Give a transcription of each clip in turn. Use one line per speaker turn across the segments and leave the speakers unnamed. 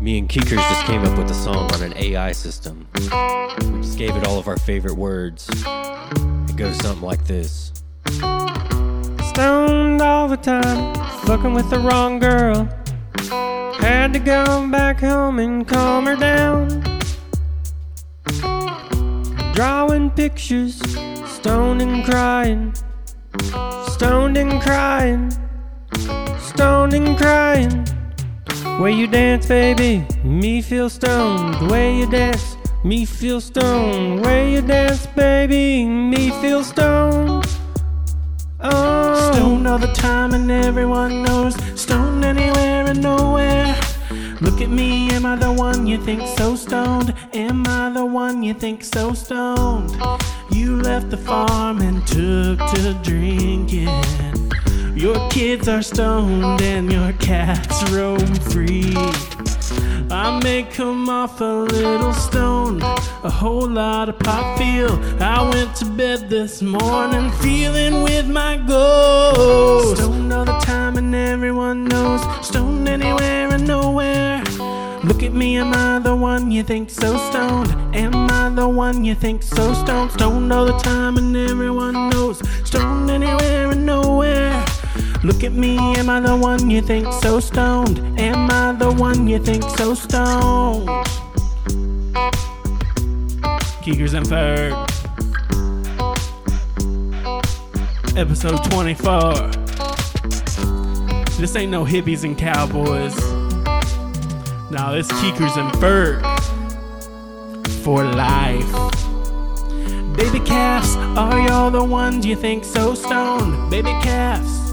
Me and Keekers just came up with a song on an AI system. We just gave it all of our favorite words. It goes something like this Stoned all the time, fucking with the wrong girl. Had to go back home and calm her down. Drawing pictures, stoned and crying. Stoned and crying, stoned and crying. Way you dance, baby, me feel stoned. Way you dance, me feel stoned. Way you dance, baby, me feel stoned. Oh,
Stoned all the time and everyone knows. Stoned anywhere and nowhere. Look at me, am I the one you think so stoned? Am I the one you think so stoned? You left the farm and took to drinking. Your kids are stoned and your cats roam free. I may come off a little stoned, a whole lot of pop feel. I went to bed this morning feeling with my ghost. Stoned all the time and everyone knows. Stoned anywhere and nowhere. Look at me, am I the one you think so stoned? Am I the one you think so stoned? Stoned all the time and everyone knows. Stoned anywhere and nowhere. Look at me, am I the one you think so stoned? Am I the one you think so stoned? Geekers and Ferg. Episode 24. This ain't no hippies and cowboys. Now it's Geekers and Ferg. For life. Baby calves, are y'all the ones you think so stoned? Baby calves,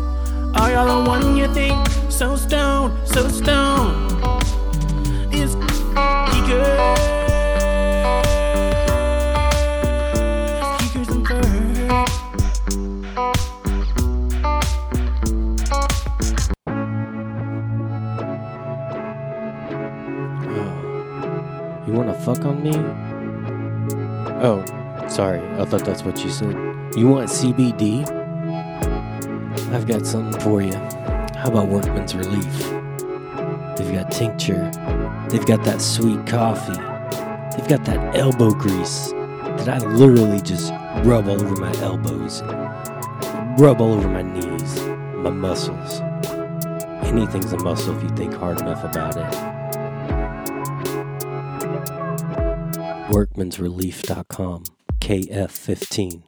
are y'all the one you think so stoned, so stoned? It's Geekers, Geekers and Ferg.
You wanna fuck on me? Oh, sorry. I thought that's what you said. You want CBD? I've got something for you. How about Workman's Relief? They've got tincture. They've got that sweet coffee. They've got that elbow grease that I literally just rub all over my elbows, rub all over my knees, my muscles. Anything's a muscle if you think hard enough about it. workmansrelief.com kf15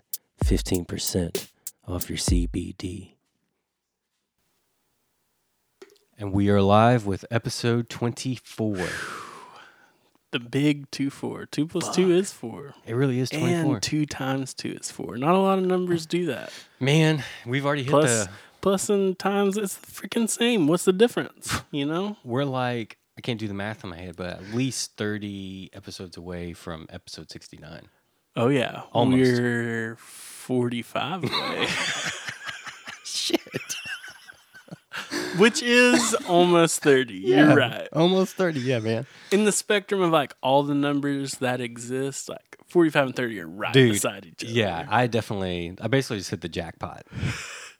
15% off your cbd and we are live with episode 24
The big two four. Two plus two is four.
it really is 24
And two times two is four. Not a lot of numbers do that.
man we've already hit
Plus,
the
plus and times it's the freaking same. What's the difference? You know?
we're like i can't do the math in my head but at least 30 episodes away from episode 69
Oh yeah,
Almost.
We're forty-five away,
shit
which is almost thirty. You're right.
Um, almost 30 yeah man
In the spectrum of like all the numbers that exist, like forty-five and thirty are right
Dude,
beside each other.
yeah i definitely i basically just hit the jackpot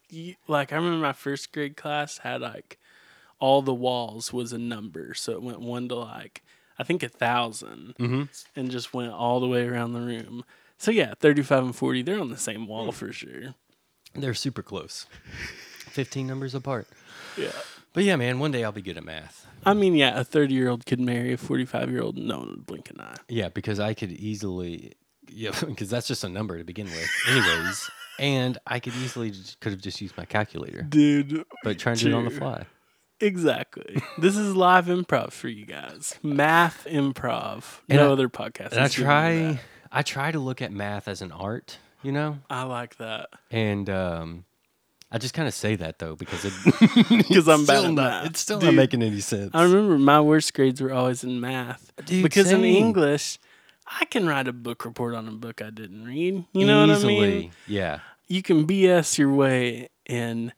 You- like I remember my first grade class had like all the walls was a number, so it went one to like I think a 1000
Mm-hmm.
and just went all the way around the room. So yeah, thirty-five and forty, they're on the same
Hmm.
wall for sure.
They're super close. 15 numbers apart.
Yeah.
But yeah, man, one day I'll be good at math.
I mean, yeah, a 30 year old could marry a 45 year old. No one would blink an eye.
Yeah, because I could easily, yeah, because that's just a number to begin with, anyways. and I could easily just, could have just used my calculator,
Dude.
but trying to do it on the
Dude.
fly.
Exactly. this is live improv for you guys. Math improv.
And
no
I-
other podcast.
And I
is doing that.
try, I try to look at math as an art, you know,
I like that.
and um, I just kind of say that though because it,
Because I'm bad
still
at
not,
math.
it's still not
Dude,
making any sense.
I remember my worst grades were always in math.
Dude,
because in
same.
English, I can write a book report on a book I didn't read. You know
Easily,
what I mean?
yeah.
You can BS your way in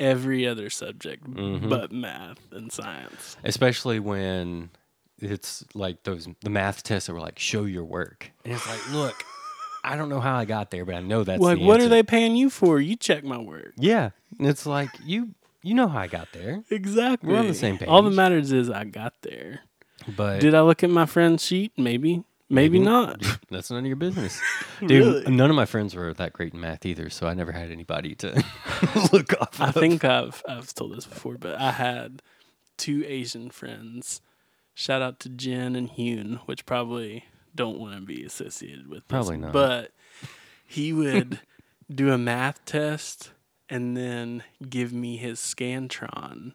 every other subject
Mm-hmm.
but math and science.
especially when it's like those the math tests that were like show your work and it's like look i don't know how i got there but i know that's
like
the
what are
answer.
they paying you for you check my work
yeah and it's like you you know how i got there
exactly
We're on the same
all that
page.
matters is i got there
But
Did I look at my friend's sheet? Maybe. Maybe, not.
Dude, that's none of your business. Dude,
Really?
none of my friends were that great in math either, so I never had anybody to look off
I
of.
think I've I've told this before, but I had two Asian friends. Shout out to Jen and Hyun, which probably don't want to be associated with. this,
Probably not.
But he would do a math test and then give me his scantron,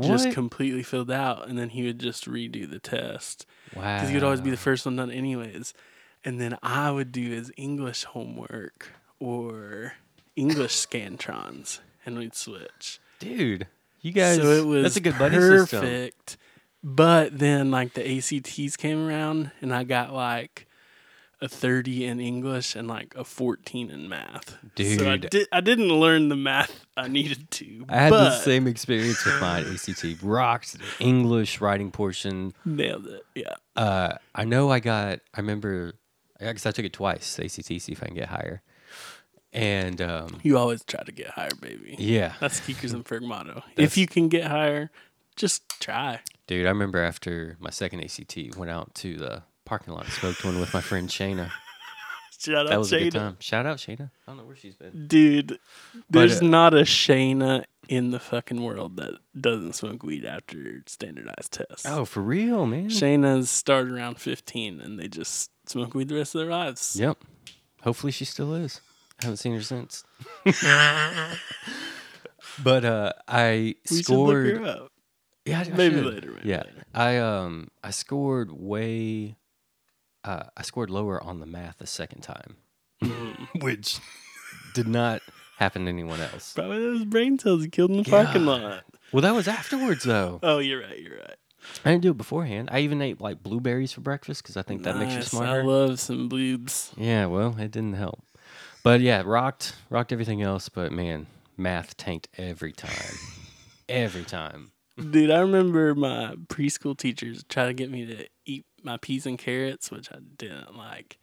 just
What?
completely filled out, and then he would just redo the test.
wow.
because he would always be the first one done anyways. And then I would do his English homework or English scantrons, and we'd switch.
dude. You guys,
so it was
that's a good buddy system.
perfect. But then like the ACTs came around, and I got like a thirty in English and like a fourteen in math. so I,
Dude.
did, I didn't learn the math I needed to.
I had
but
the same experience with my ACT. Rocked the English writing portion.
Nailed it. Yeah.
Uh, I know I got. I remember because I took it twice. ACT, see if I can get higher. And um,
You always try to get higher, baby.
yeah,
That's Keekers and Ferg motto.
That's-
If you can get higher, just try.
Dude, I remember after my second ACT, went out to the parking lot, and smoked one with my friend Shayna.
Shout
That
out
was a good
Shayna.
time. Shout out Shayna. I don't know where she's been.
Dude, there's
uh,
not a Shayna in the fucking world that doesn't smoke weed after standardized tests.
Oh, for real, man.
Shayna's start around 15 and they just smoke weed the rest of their lives.
Yep. Hopefully she still is. haven't seen her since. but uh, I
We should look
scored.
her up.
Yeah, I- I
Maybe
should.
later, maybe
yeah,
later.
I um I scored way. Uh, I scored lower on the math the second time, which did not happen to anyone else.
Probably those brain cells he killed in the parking lot.
Well, that was afterwards though.
Oh, you're right. You're right.
I didn't do it beforehand. I even ate like blueberries for breakfast because I think that makes you
Nice.
smarter.
I love some bloobs.
yeah, well, it didn't help. But yeah, rocked rocked everything else. But man, math tanked every time, every time.
Dude, I remember my preschool teachers try to get me to eat my peas and carrots, which I didn't like.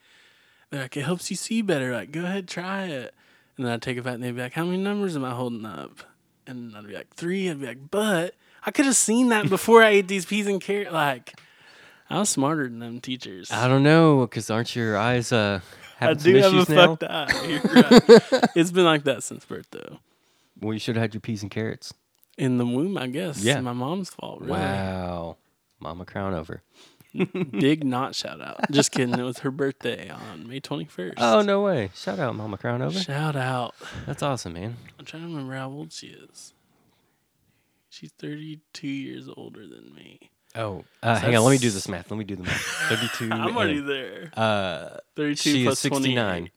They're like, it helps you see better. Like, go ahead, try it. And then I'd take it back and they'd be like, how many numbers am I holding up? And I'd be like, three. I'd be like, but I could have seen that before I ate these peas and carrots. Like, I was smarter than them teachers.
I don't know because aren't your eyes uh
I
having some
do have a
issues now?
fucked eye. You're right. it's been like that since birth, though.
Well, you should have had your peas and carrots.
In the womb, I guess.
Yeah.
My mom's fault, really.
Wow, Mama Crown over.
Big not shout out. Just kidding. It was her birthday on May 21st.
Oh no way! Shout out Mama Crown over.
Shout out.
That's awesome, man.
I'm trying to remember how old she is. She's 32 years older than me.
Oh, uh, hang on. Let me do
That's-
this math. Let me do the math. Thirty-two.
I'm already there. Uh, 32
Mm, She
plus
is sixty-nine.
28.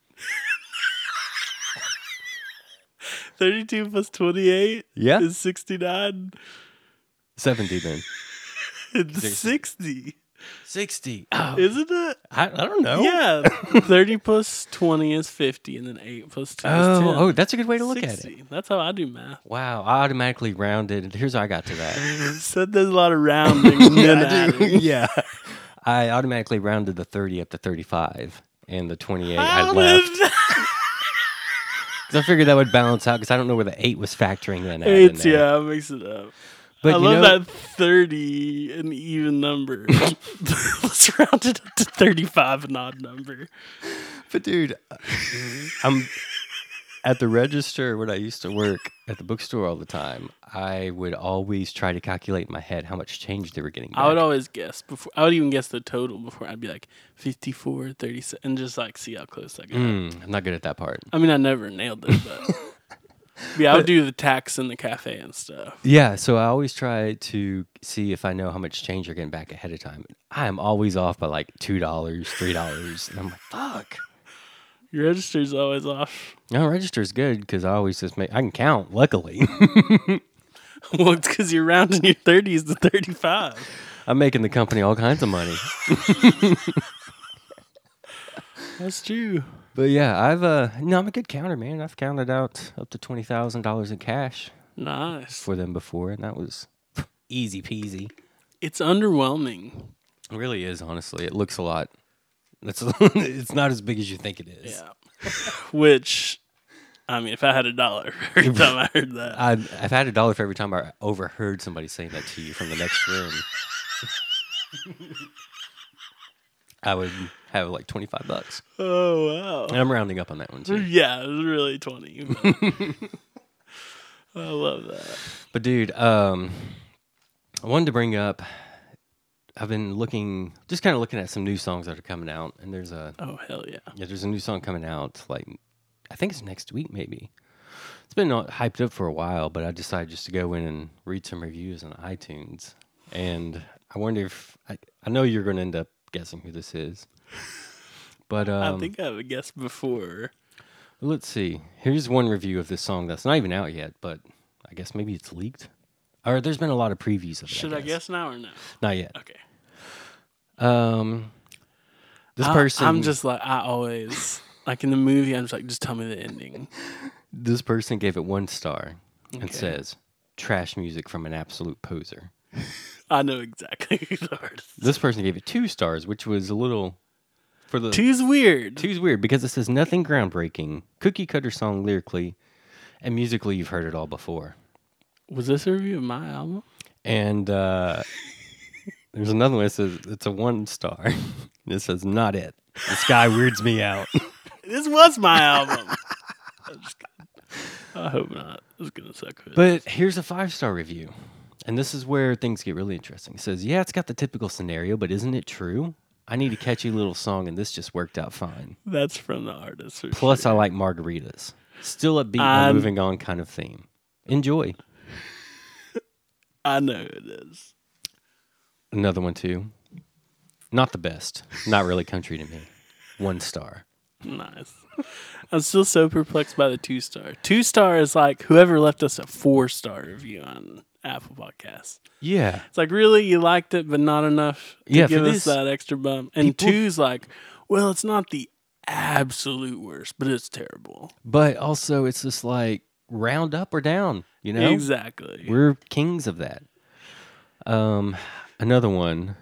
32 plus 28
Yeah.
is 69.
70 then.
It's 60,
60. Oh,
isn't it?
I, I don't know.
Yeah. 30 plus 20 is 50, and then 8 plus 2 is 10.
Oh, oh, that's a good way to look at it.
60. That's how I do math.
Wow. I automatically rounded. Here's how I got to that.
Said there's a lot of rounding. and then adding.
yeah. I automatically rounded the 30 up to 35 and the 28 I
How
left.
did-
'Cause I figured that would balance out because I don't know where the 8 was factoring in. at in
It's
there.
yeah, I mix it up.
But
I
you
love
know-
that thirty an even number. Let's round it up to thirty five an odd number.
But dude, uh, I'm at the register when I used to work at the bookstore all the time. I would always try to calculate in my head how much change they were getting. Back.
I would always guess before I would even guess the total before I'd be like 54, 36, and just like see how close I got.
Mm, I'm not good at that part.
I mean I never nailed it, but yeah, I would do the tax in the cafe and stuff.
Yeah, so I always try to see if I know how much change you're getting back ahead of time. I am always off by like two dollars, three dollars, and I'm like, fuck.
Your register's always off.
No, register's good because I always just make I can count. Luckily,
well, it's because you're rounding your thirties to thirty five.
I'm making the company all kinds of money.
That's true.
But yeah, I've uh no, I'm a good counter, man. I've counted out up to twenty thousand dollars in cash
Nice.
for them before, and that was easy peasy.
It's underwhelming.
It really is, honestly. It looks a lot. It's it's not as big as you think it is.
Yeah. Which, I mean, if I had a dollar every time I heard that,
I've, I've had a dollar for every time I overheard somebody saying that to you from the next room. I would have like 25 bucks.
Oh
And I'm rounding up on that one
wow.
too.
Yeah, it was really twenty. but- I love that.
But dude, um, I wanted to bring up. I've been looking, just kind of looking at some new songs that are coming out, and there's a
Oh hell yeah.
yeah, there's a new song coming out. Like, I think it's next week, maybe. It's been uh, hyped up for a while, but I decided just to go in and read some reviews on iTunes, and I wonder if I, I know you're going to end up guessing who this is. But um,
I think I would guessed before.
Let's see. Here's one review of this song that's not even out yet, but I guess maybe it's leaked. Or there's been a lot of previews of it.
Should I guess Uh, now or no?
Not yet.
Okay.
Um, this
I-
person.
I'm just like I always like in the movie. I'm just like, just tell me the ending.
This person gave it one star and
Okay.
says, "Trash music from an absolute poser."
I know exactly who the artist. is.
This person gave it two stars, which was a little for the
Two's weird.
two's weird because it says nothing groundbreaking, cookie cutter song lyrically, and musically you've heard it all before.
Was this a review of my album?
And uh, there's another one that says it's a one star. And it says not it. This guy weirds me out.
This was my album. I'm just kidding. I hope not. It's gonna suck. for
But here's a five star review. And this is where things get really interesting. It says, Yeah, it's got the typical scenario, but isn't it true? I need a catchy little song, and this just worked out fine.
That's from the artist. for
Plus,
sure.
I like margaritas. Still upbeat,
I'm-
and moving on kind of theme. Enjoy.
I know who it is.
Another one, too. Not the best. Not really country to me. One star.
Nice. I'm still so perplexed by the two star. Two star is like whoever left us a four star review on Apple Podcasts.
Yeah.
It's like really you liked it, but not enough to
Yeah, for
give us
this-
that extra bump. And
people-
two's like, well, it's not the absolute worst, but it's terrible.
but also it's just like round up or down you know
Exactly.
we're kings of that um another one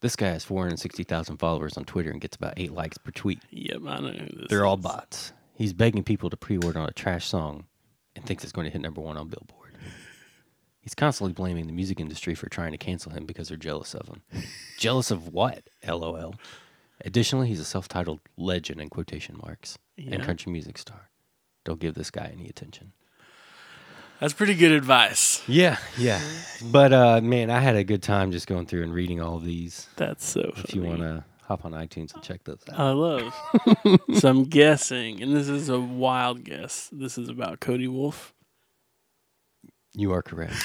this guy has 460000 followers on twitter and gets about eight likes per tweet
yep, I know. who This
they're all
is.
bots he's begging people to pre-order on a trash song and thinks it's going to hit number one on billboard he's constantly blaming the music industry for trying to cancel him because they're jealous of him jealous of what lol additionally he's a self-titled legend in quotation marks
Yeah.
and country music star don't give this guy any attention
That's pretty good advice.
yeah yeah but uh man i had a good time just going through and reading all these
That's so.
if you want
funny.
to hop on itunes and check those out
I love. so I'm guessing, and this is a wild guess. This is about Cody Wolf.
you are correct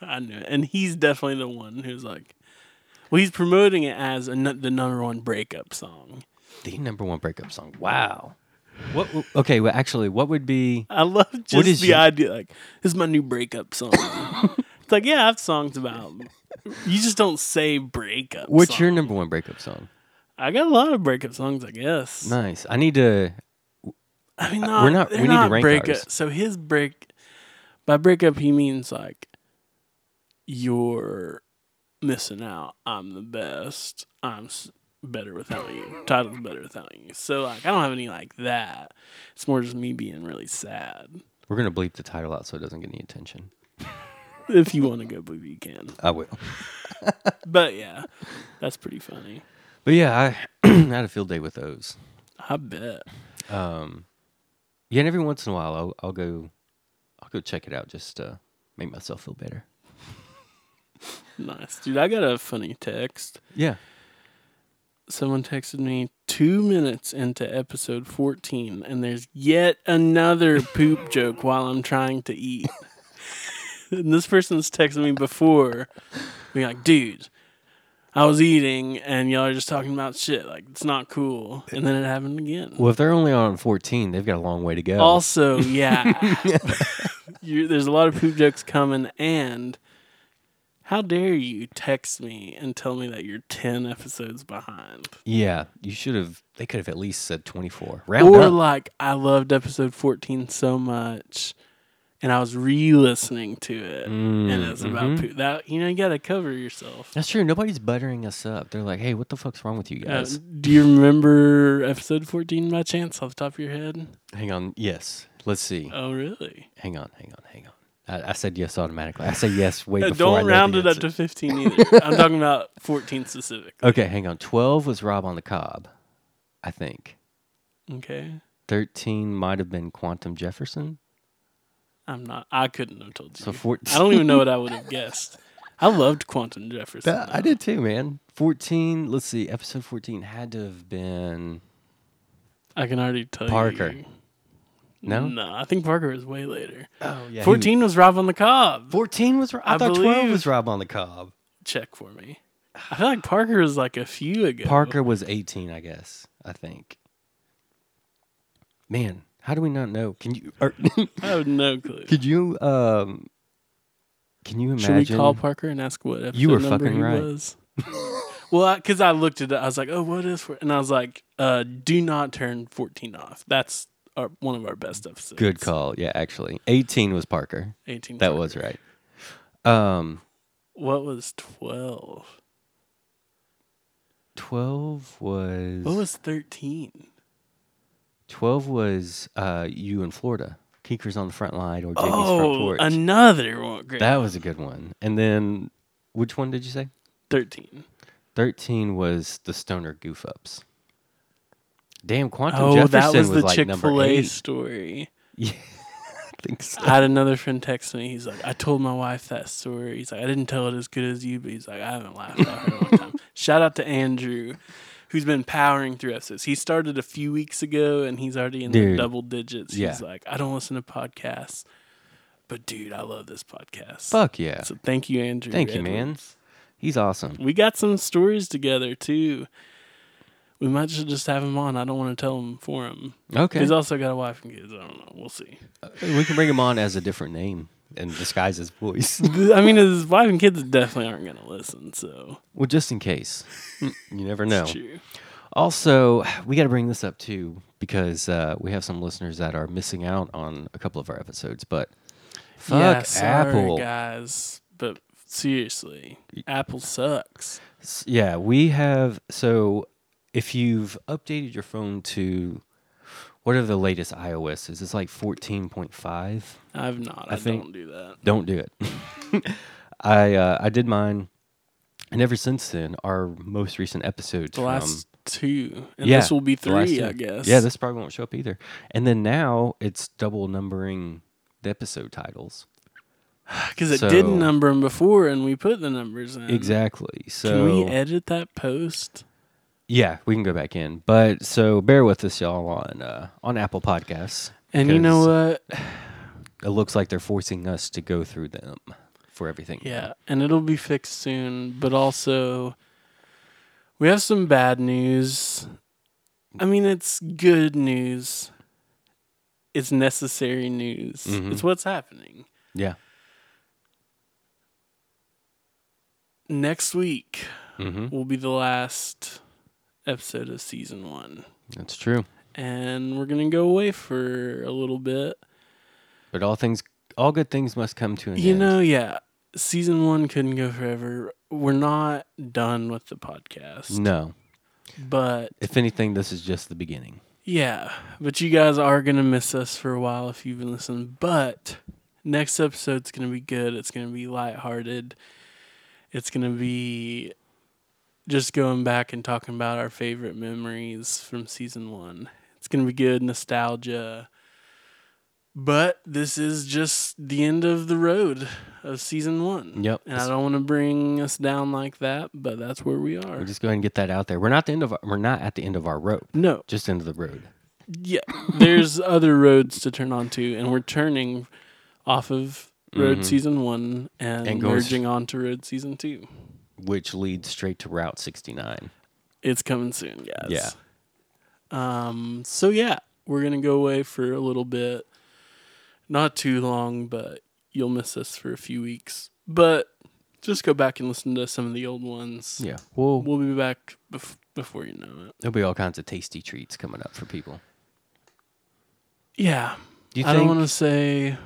I knew it, and he's definitely the one who's like, well, he's promoting it as a, nu- the number one breakup song.
the number one breakup song wow what w- okay well actually what would be
I love just
is
the
your-
idea. Like, this is my new breakup song. it's like, yeah, I have songs about. You just don't say breakup.
what's
song.
your number one breakup song
I got a lot of breakup songs, I guess.
nice i need to
I mean,
Uh, we're not-
they're
we need to rank
breakup.
ours.
So his break, by breakup, he means like you're missing out. I'm the best. I'm s- better without you. Title's better without you. So like, I don't have any like that. It's more just me being really sad.
we're gonna bleep the title out so it doesn't get any attention
If you want to go, believe you can.
i will
But yeah, that's pretty funny.
but yeah i, I had a field day with those
I bet.
Um, yeah, and every once in a while, I'll, I'll go, I'll go check it out just to make myself feel better.
Nice, dude. I got a funny text.
Yeah.
someone texted me two minutes into episode 14 and there's yet another poop joke while i'm trying to eat and this person's texted me before being like dude i was eating and y'all are just talking about shit like it's not cool and then it happened again
Well, if they're only on fourteen, they've got a long way to go.
also yeah you, there's a lot of poop jokes coming and how dare you text me and tell me that you're 10 episodes behind
yeah, you should have. They could have at least said twenty-four. Round
or
up.
like I loved episode 14 so much and I was re-listening to it
Mm,
and it's about poo. that you know you got to cover yourself.
Mm-hmm. That's true. Nobody's buttering us up. They're like, "Hey, what the fuck's wrong with you
Uh,
guys?"
do you remember episode 14 by chance off the top of your head?
hang on. Yes. Let's see.
Oh really?
hang on. Hang on. Hang on. I, I said yes automatically. I say yes way
Uh,
before. I
Don't
know
round
the
it up
answer.
to 15 either. I'm talking about 14 specific.
Okay, hang on. Twelve was Rob on the Cob, I think.
Okay.
Thirteen might have been Quantum Jefferson.
I'm not. I couldn't have told you.
So fourteen.
I don't even know what I would have guessed. I loved Quantum Jefferson.
That- I
though.
did too, man. Fourteen. Let's see. Episode fourteen had to have been.
I can already tell
Parker.
you.
No?
No, I think Parker was way later.
Oh yeah.
Fourteen was Rob on the Cob.
Fourteen was. Ro- I,
I
thought twelve
believe-
was Rob on the Cob.
Check for me. I feel like Parker was like a few ago.
Parker was 18, I guess. I think. Man, how do we not know? Can you er, or,
I have no clue.
could you um can you
Should we
imagine?
call Parker and ask what episode
You were
number
fucking
he
right.
was? well, because I, looked at it, I was like, "Oh, what is?" For? And I was like, uh, "Do not turn fourteen off." That's our, one of our best episodes.
Good call. Yeah, actually, 18 was Parker.
Eighteen.
That was right. Um,
What was twelve?
12 was
What was thirteen?
12 was uh you in Florida. Keekers on the front line or Jamie's front
Oh,
porch.
another one. Great.
that was a good one. And then which one did you say?
thirteen.
13 was the stoner goof ups. Damn, Quantum
Oh,
Jefferson
that was, the
like
Chick
number
Fil A
eight.
story.
Yeah, I think so.
I had another friend text me. He's like, I told my wife that story. He's like, I didn't tell it as good as you, but he's like, I haven't laughed out her in a long time. Shout out to Andrew, who's been powering through episodes. He started a few weeks ago and he's already in
Dude.
the double digits.
Yeah.
He's like, I don't listen to podcasts, but dude, I love this podcast.
Fuck yeah.
So thank you, Andrew.
Thank you,
Edwards.
man. He's awesome.
We got some stories together too. We might should just have him on. I don't want to tell him for him.
Okay.
He's also got a wife and kids. I don't know. We'll see.
we can bring him on as a different name and disguise his voice.
I mean, his wife and kids definitely aren't going to listen. So
well, just in case. Mm, You never know.
it's true.
Also, we got to bring this up too because uh, we have some listeners that are missing out on a couple of our episodes, but fuck
yeah, sorry,
Apple.
guys, but seriously, Apple sucks.
S- Yeah, we have. So if you've updated your phone to what are the latest iOS? Is this like 14.5?
I've not. I,
think-
don't do that.
Don't do it. I uh, I did mine, and ever since then, our most recent episodes
The
from
last two, and
yeah,
this will be
the last
three,
two.
I guess.
yeah, this probably won't show up either. And then now it's double numbering the episode titles.
because it
so-
did number them before, and we put the numbers in.
Exactly. So
Uh-huh. Can we edit that post?
yeah, we can go back in. But so bear with us, y'all, on uh, on Apple Podcasts.
And you know what?
it looks like they're forcing us to go through them for everything.
Yeah, and it'll be fixed soon. But also, we have some bad news. I mean, it's good news. It's necessary news.
Mhm.
It's what's happening
Yeah.
next week.
hmm
Will be the last episode of season one,
That's true.
and we're gonna go away for a little bit.
But all things, all good things must come to an
You
end.
know, yeah, season one couldn't go forever. We're not done with the podcast,
no.
but
If anything, this is just the beginning.
Yeah, but you guys are going to miss us for a while if you've been listening. But next episode's going to be good. It's going to be lighthearted. It's going to be just going back and talking about our favorite memories from season one. It's going to be good nostalgia. But this is just the end of the road of season one.
Yep.
And I don't want to bring us down like that, but that's where we
We'll
are.
just go ahead and get that out there. We're not the end of. Our, we're not at the end of our road.
No,
Just end of the road.
Yeah, there's other roads to turn onto, and we're turning off of Road
Mhm.
Season One and,
And goes-
merging onto Road Season Two.
Which leads straight to Route 69.
It's coming soon, guys. Yeah. Um. So yeah, we're gonna go away for a little bit, not too long, but you'll miss us for a few weeks. But just go back and listen to some of the old ones.
Yeah. Well,
We'll be back bef- before you know it.
there'll be all kinds of tasty treats coming up for people.
Yeah.
Do you
I
think?
don't want to say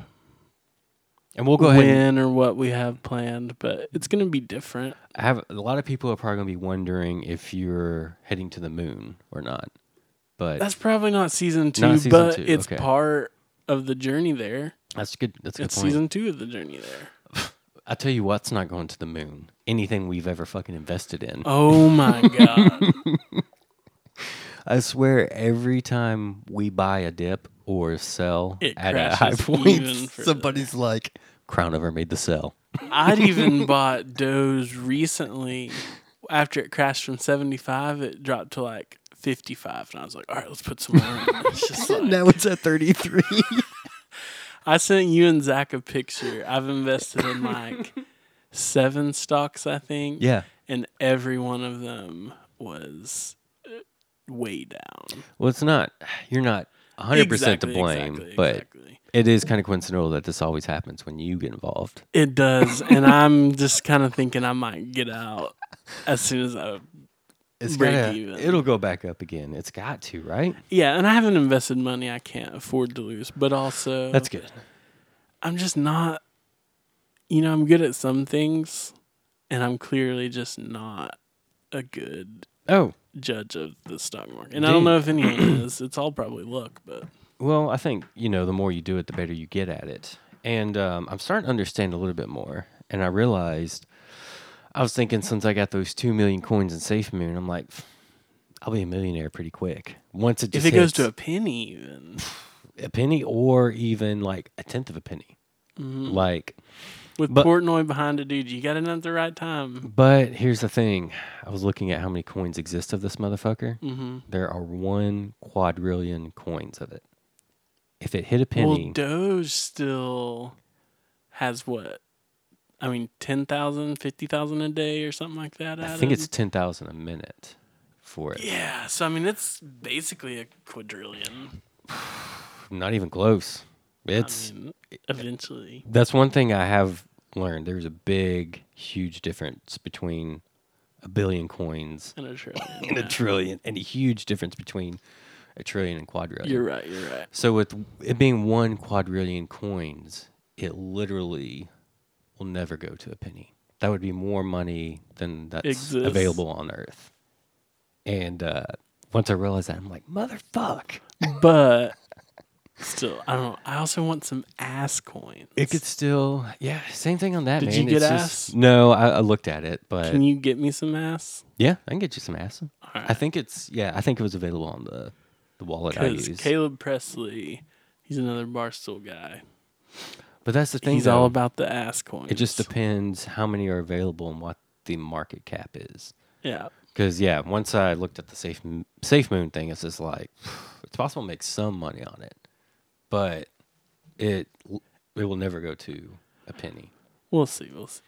and we'll go ahead. and-
when or what we have planned, but it's going to be different.
I have a lot of people are probably gonna be wondering if you're heading to the moon or not. But
Uh, That's probably not season two,
Not season
but
two,
it's
okay.
part of the journey there.
That's good. That's a good
It's
point.
season two of the journey there.
I tell you what's not going to the moon. Anything we've ever fucking invested in.
Oh my god.
I swear, every time we buy a dip or sell
It
at a high
crashes
point,
even further.
somebody's like, "Crown ever made the sell."
I'd even bought Doe's recently after it crashed from 75, it dropped to like 55. And I was like, all right, let's put some more in. It's just like-
now it's at thirty-three.
I sent you and Zach a picture. I've invested in like seven stocks, I think.
yeah.
And every one of them was uh, way down.
Well, it's not. You're not 100 percent to
Exactly,
blame,
exactly,
but
exactly.
it is kind of coincidental that this always happens when you get involved.
It does. and I'm just kind of thinking I might get out as soon as I.
It's
Break
gotta,
even.
It'll go back up again. It's got to, right?
Yeah, and I haven't invested money I can't afford to lose, but also.
That's good.
I'm just not, you know, I'm good at some things, and I'm clearly just not a good
Oh,
judge of the stock market. And I don't
Dude.
know if anyone is. It's all probably luck, but
Well, I think you know the more you do it, the better you get at it. And um, I'm starting to understand a little bit more. And I realized I was thinking since I got those two million coins in SafeMoon, I'm like, I'll be a millionaire pretty quick. Once it
if
just
it goes
hits
to a penny, even
a penny or even like a tenth of a penny,
Mm-hmm.
like.
with
But-
Portnoy behind it, dude, you got in at the right time.
But here's the thing: I was looking at how many coins exist of this motherfucker.
Mm-hmm.
There are one quadrillion coins of it. If it hit a penny,
Well, Doge still has what? I mean, 10,000, 50,000 a day or something like that.
I
added?
think it's ten thousand a minute for it.
Yeah, so I mean, it's basically a quadrillion.
Not even close. It's
I mean, eventually.
that's one thing I have learned. There's a big, huge difference between a billion coins
And a trillion.
and a trillion, and a huge difference between a trillion and quadrillion.
You're right. You're right.
So with it being one quadrillion coins, it literally will never go to a penny. That would be more money than that's
Exists.
available on Earth. And uh, once I realized that, I'm like, motherfuck.
But still, I don't know. I also want some ass coins.
It could still, yeah, same thing on that.
Did
man.
you
It's
get
just-
ass?
No, I, I looked at it, but
Can you get me some ass?
yeah, I can get you some ass. I
Alright.
think it's yeah, I think it was available on the the wallet I
Because
use.
Caleb Presley, he's another barstool guy.
but that's the thing.
He's all
though.
about the ass coins.
It just depends how many are available and what the market cap is.
yeah.
Because yeah, once I looked at the safe safe moon thing, it's just like it's possible to make some money on it, but it it will never go to a penny.
We'll see. We'll see.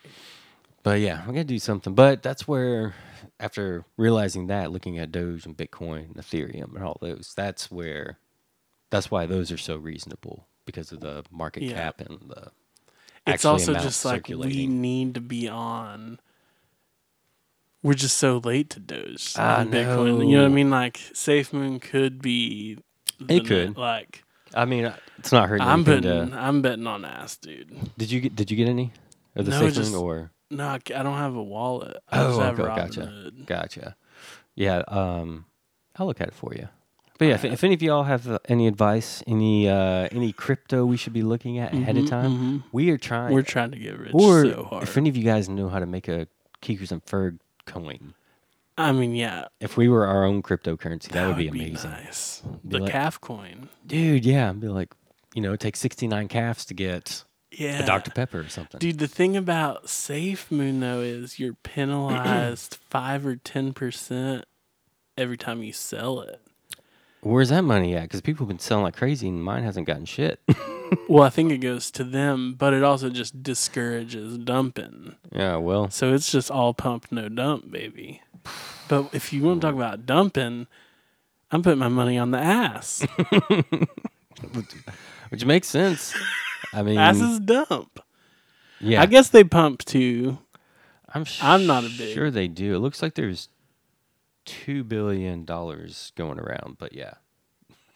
But yeah, I'm gonna do something. But that's where, after realizing that, looking at Doge and Bitcoin and Ethereum and all those, that's where, that's why those are so reasonable because of the market
Yeah.
cap and the.
It's
actually
also
amount
just like we
circulating.
need to be on. We're just so late to Doge
I
and Bitcoin. You know what
know.
I mean? Like SafeMoon could be. the
It could.
ne- Like
I mean, uh, it's not hurting.
I'm
anything
betting.
to-
I'm betting on ass, dude.
Did you get? Did you get any? Of the
No,
safe
just-
moon or
No, I c- I don't have a wallet. I just
Oh,
have
okay, gotcha.
Robinhood. Mm-hmm,
gotcha. Yeah. Um, I'll look at it for you. But yeah, if, if any of y'all have uh, any advice, any uh, any crypto we should be looking at ahead of
Mhm,
time,
mhm.
we are trying.
We're trying to get rich
or
so hard.
if any of you guys know how to make a Kikus and Ferg coin,
I mean, yeah,
if we were our own cryptocurrency, that, would be amazing,
nice.
Be
The
like-
calf coin.
dude. Yeah, I'd be like, you know, take sixty nine calves to get
Yeah.
a Dr Pepper or something.
Dude, the thing about Safe Moon though is you're penalized five or ten percent every time you sell it.
Where's that money at? Because people have been selling like crazy, and mine hasn't gotten shit.
Well, I think it goes to them, but it also just discourages dumping.
yeah, well,
So it's just all pump, no dump, baby. But if you want to talk about dumping, I'm putting my money on the ass.
Mm-hmm. which makes sense. I mean,
Asses dump.
yeah,
I guess they pump too.
I'm sh-
I'm not a big-
sure they do. It looks like there's two billion dollars going around, but yeah,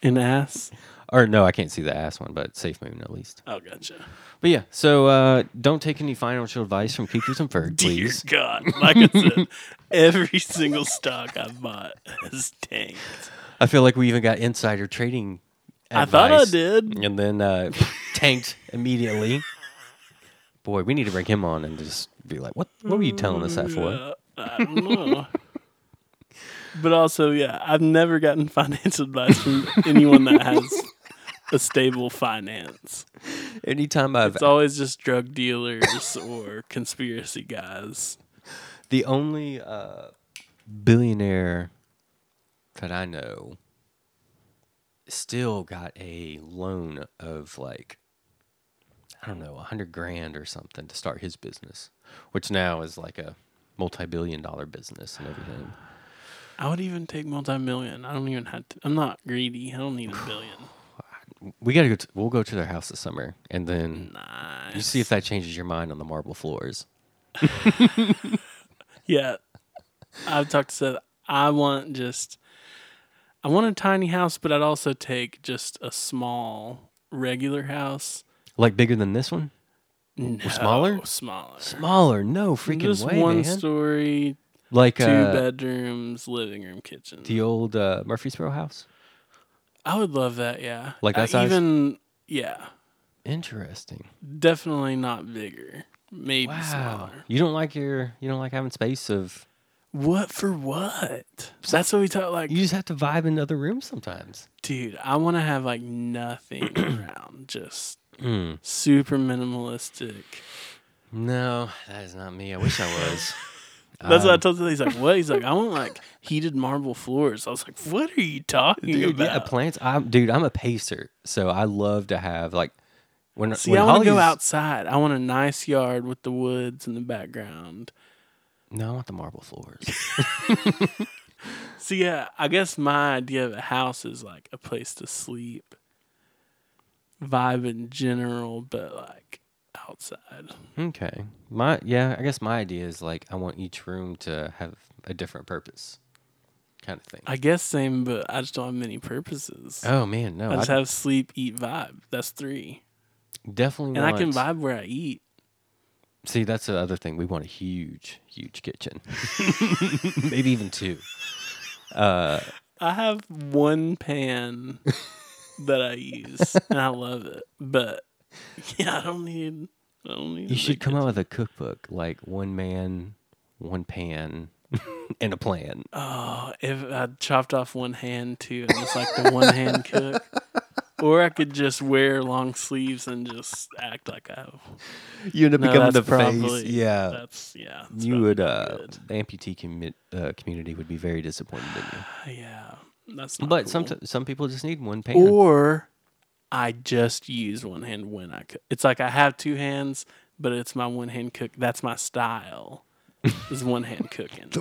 in ass.
or no, I can't see the ass one, but safe moon at least.
Oh, gotcha.
But yeah, so uh, don't take any financial advice from Keekers and Ferg,
Dear
please.
God, like I said, every single stock I've bought has tanked.
I feel like we even got insider trading.
I thought I
advice,
did.
and then uh, tanked immediately. Boy, we need to bring him on and just be like, "What? What were you telling us that for?"
I don't know. but also, yeah, I've never gotten financial advice from anyone that has a stable finance.
Anytime I've
It's always just drug dealers or conspiracy guys.
the only uh, billionaire that I know still got a loan of like I don't know a hundred grand or something to start his business, which now is like a multi-billion dollar business and everything.
I would even take multi-million. I don't even have to. I'm not greedy. I don't need a billion.
We gotta go. To, we'll go to their house this summer, and then
Nice.
you see if that changes your mind on the marble floors.
Yeah. I've talked to Seth. I want just I want a tiny house, but I'd also take just a small regular house.
Like bigger than this one,
No,
smaller?
Smaller.
smaller? No freaking
just
way,
one
man.
story,
like
two
uh,
bedrooms, living room, kitchen.
the old uh, Murfreesboro house.
I would love that, yeah.
Like that
I
size?
Even yeah.
Interesting.
Definitely not bigger. Maybe smaller.
You don't like your you don't like having space of
What for what? That's what we talk like
you just have to vibe in other rooms sometimes.
dude, I wanna have like nothing around. Just
Hmm.
super minimalistic.
No, that is not me. I wish I was. Uh,
That's what I told him. He's like, "What?" He's like, "I want like heated marble floors." I was like, "What are you talking
dude, yeah,
about?"
plants. I'm dude, I'm a pacer, so I love to have like when
See,
when
I want to go
Holly's-
outside. I want a nice yard with the woods in the background.
No, I want the marble floors.
So yeah, I guess my idea of a house is like a place to sleep, vibe in general, but like outside.
okay. My yeah, I guess my idea is like I want each room to have a different purpose. Kind of thing.
I guess same, but I just don't have many purposes.
oh man, no.
I just
I
have sleep, eat, vibe. That's three,
definitely
and I can
want-
vibe where I eat.
See, that's the other thing. We want a huge, huge kitchen. Maybe even two.
I have one pan that I use and I love it, but yeah, I don't need. I don't need.
You
a
should
big
come
kitchen.
out with a cookbook, like one man, one pan, and a plan.
Oh, if I chopped off one hand too, and it's like the one hand cook, or I could just wear long sleeves and just act like I.
You end up
No,
becoming
that's
the
probably
face. Yeah.
That's yeah. that's
You would,
probably
uh,
good.
the amputee commu- uh, community would be very disappointed in you.
Yeah, that's. Not
But
cool.
some, some people just need one pan.
or I just use one hand when I cook. It's like I have two hands, but it's my one hand cook. That's my style. Is one hand cooking.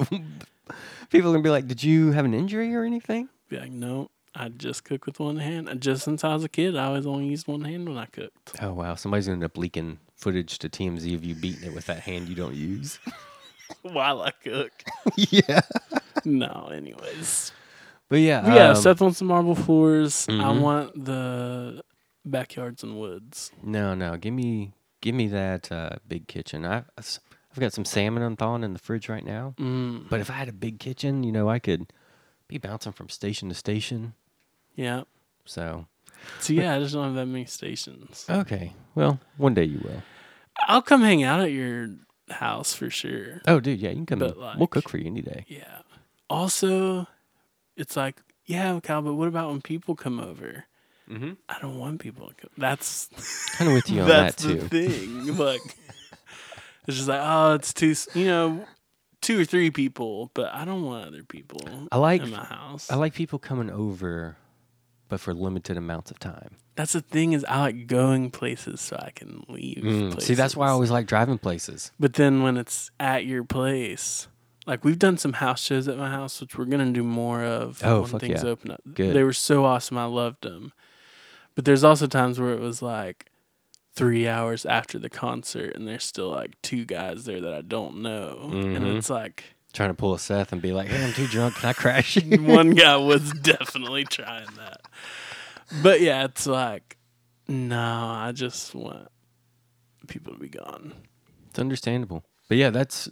people are going to be like, Did you have an injury or anything?
Be like, no, I just cook with one hand. And just since I was a kid, I always only used one hand when I cooked.
Oh, wow. Somebody's going to end up leaking footage to TMZ of you beating it with that hand you don't use.
While I cook.
yeah.
no, anyways.
But yeah.
But yeah,
um, mm-hmm.
Seth wants the marble floors. I want the backyards and woods.
No, no. Give me, give me that uh, big kitchen. I've, I've got some salmon on thawing in the fridge right now.
Mm,
But if I had a big kitchen, you know, I could be bouncing from station to station.
yeah.
So
So yeah, I just don't have that many stations.
okay, well, one day you will.
I'll come hang out at your house for sure.
Oh, dude, yeah, you can come.
But,
in. we'll
like-
cook for you any day.
Yeah. Also, it's like, yeah, Kyle, but what about when people come over?
Mhm.
I don't want people to come. That's
Kind of with you on that
that's the
too.
thing. Like, it's just like, oh, it's two, s- you know, two or three people, but I don't want other people.
I like-
in my house.
I like people coming over, but for limited amounts of time.
that's the thing is, I like going places so I can leave.
Mm, See, that's why I
places.
always like driving places.
But then when it's at your place, like we've done some house shows at my house, which we're gonna do more of
Oh,
when
fuck
things
yeah.
open up.
Good.
They were so awesome. I loved them. But there's also times where it was like three hours after the concert, and there's still like two guys there that I don't know, and
Mhm.
it's like
Trying to pull a Seth and be like, "Hey, I'm too drunk. Can I crash?"
one guy was definitely trying that. But yeah, it's like no, I just want people to be gone.
it's understandable. But yeah, that's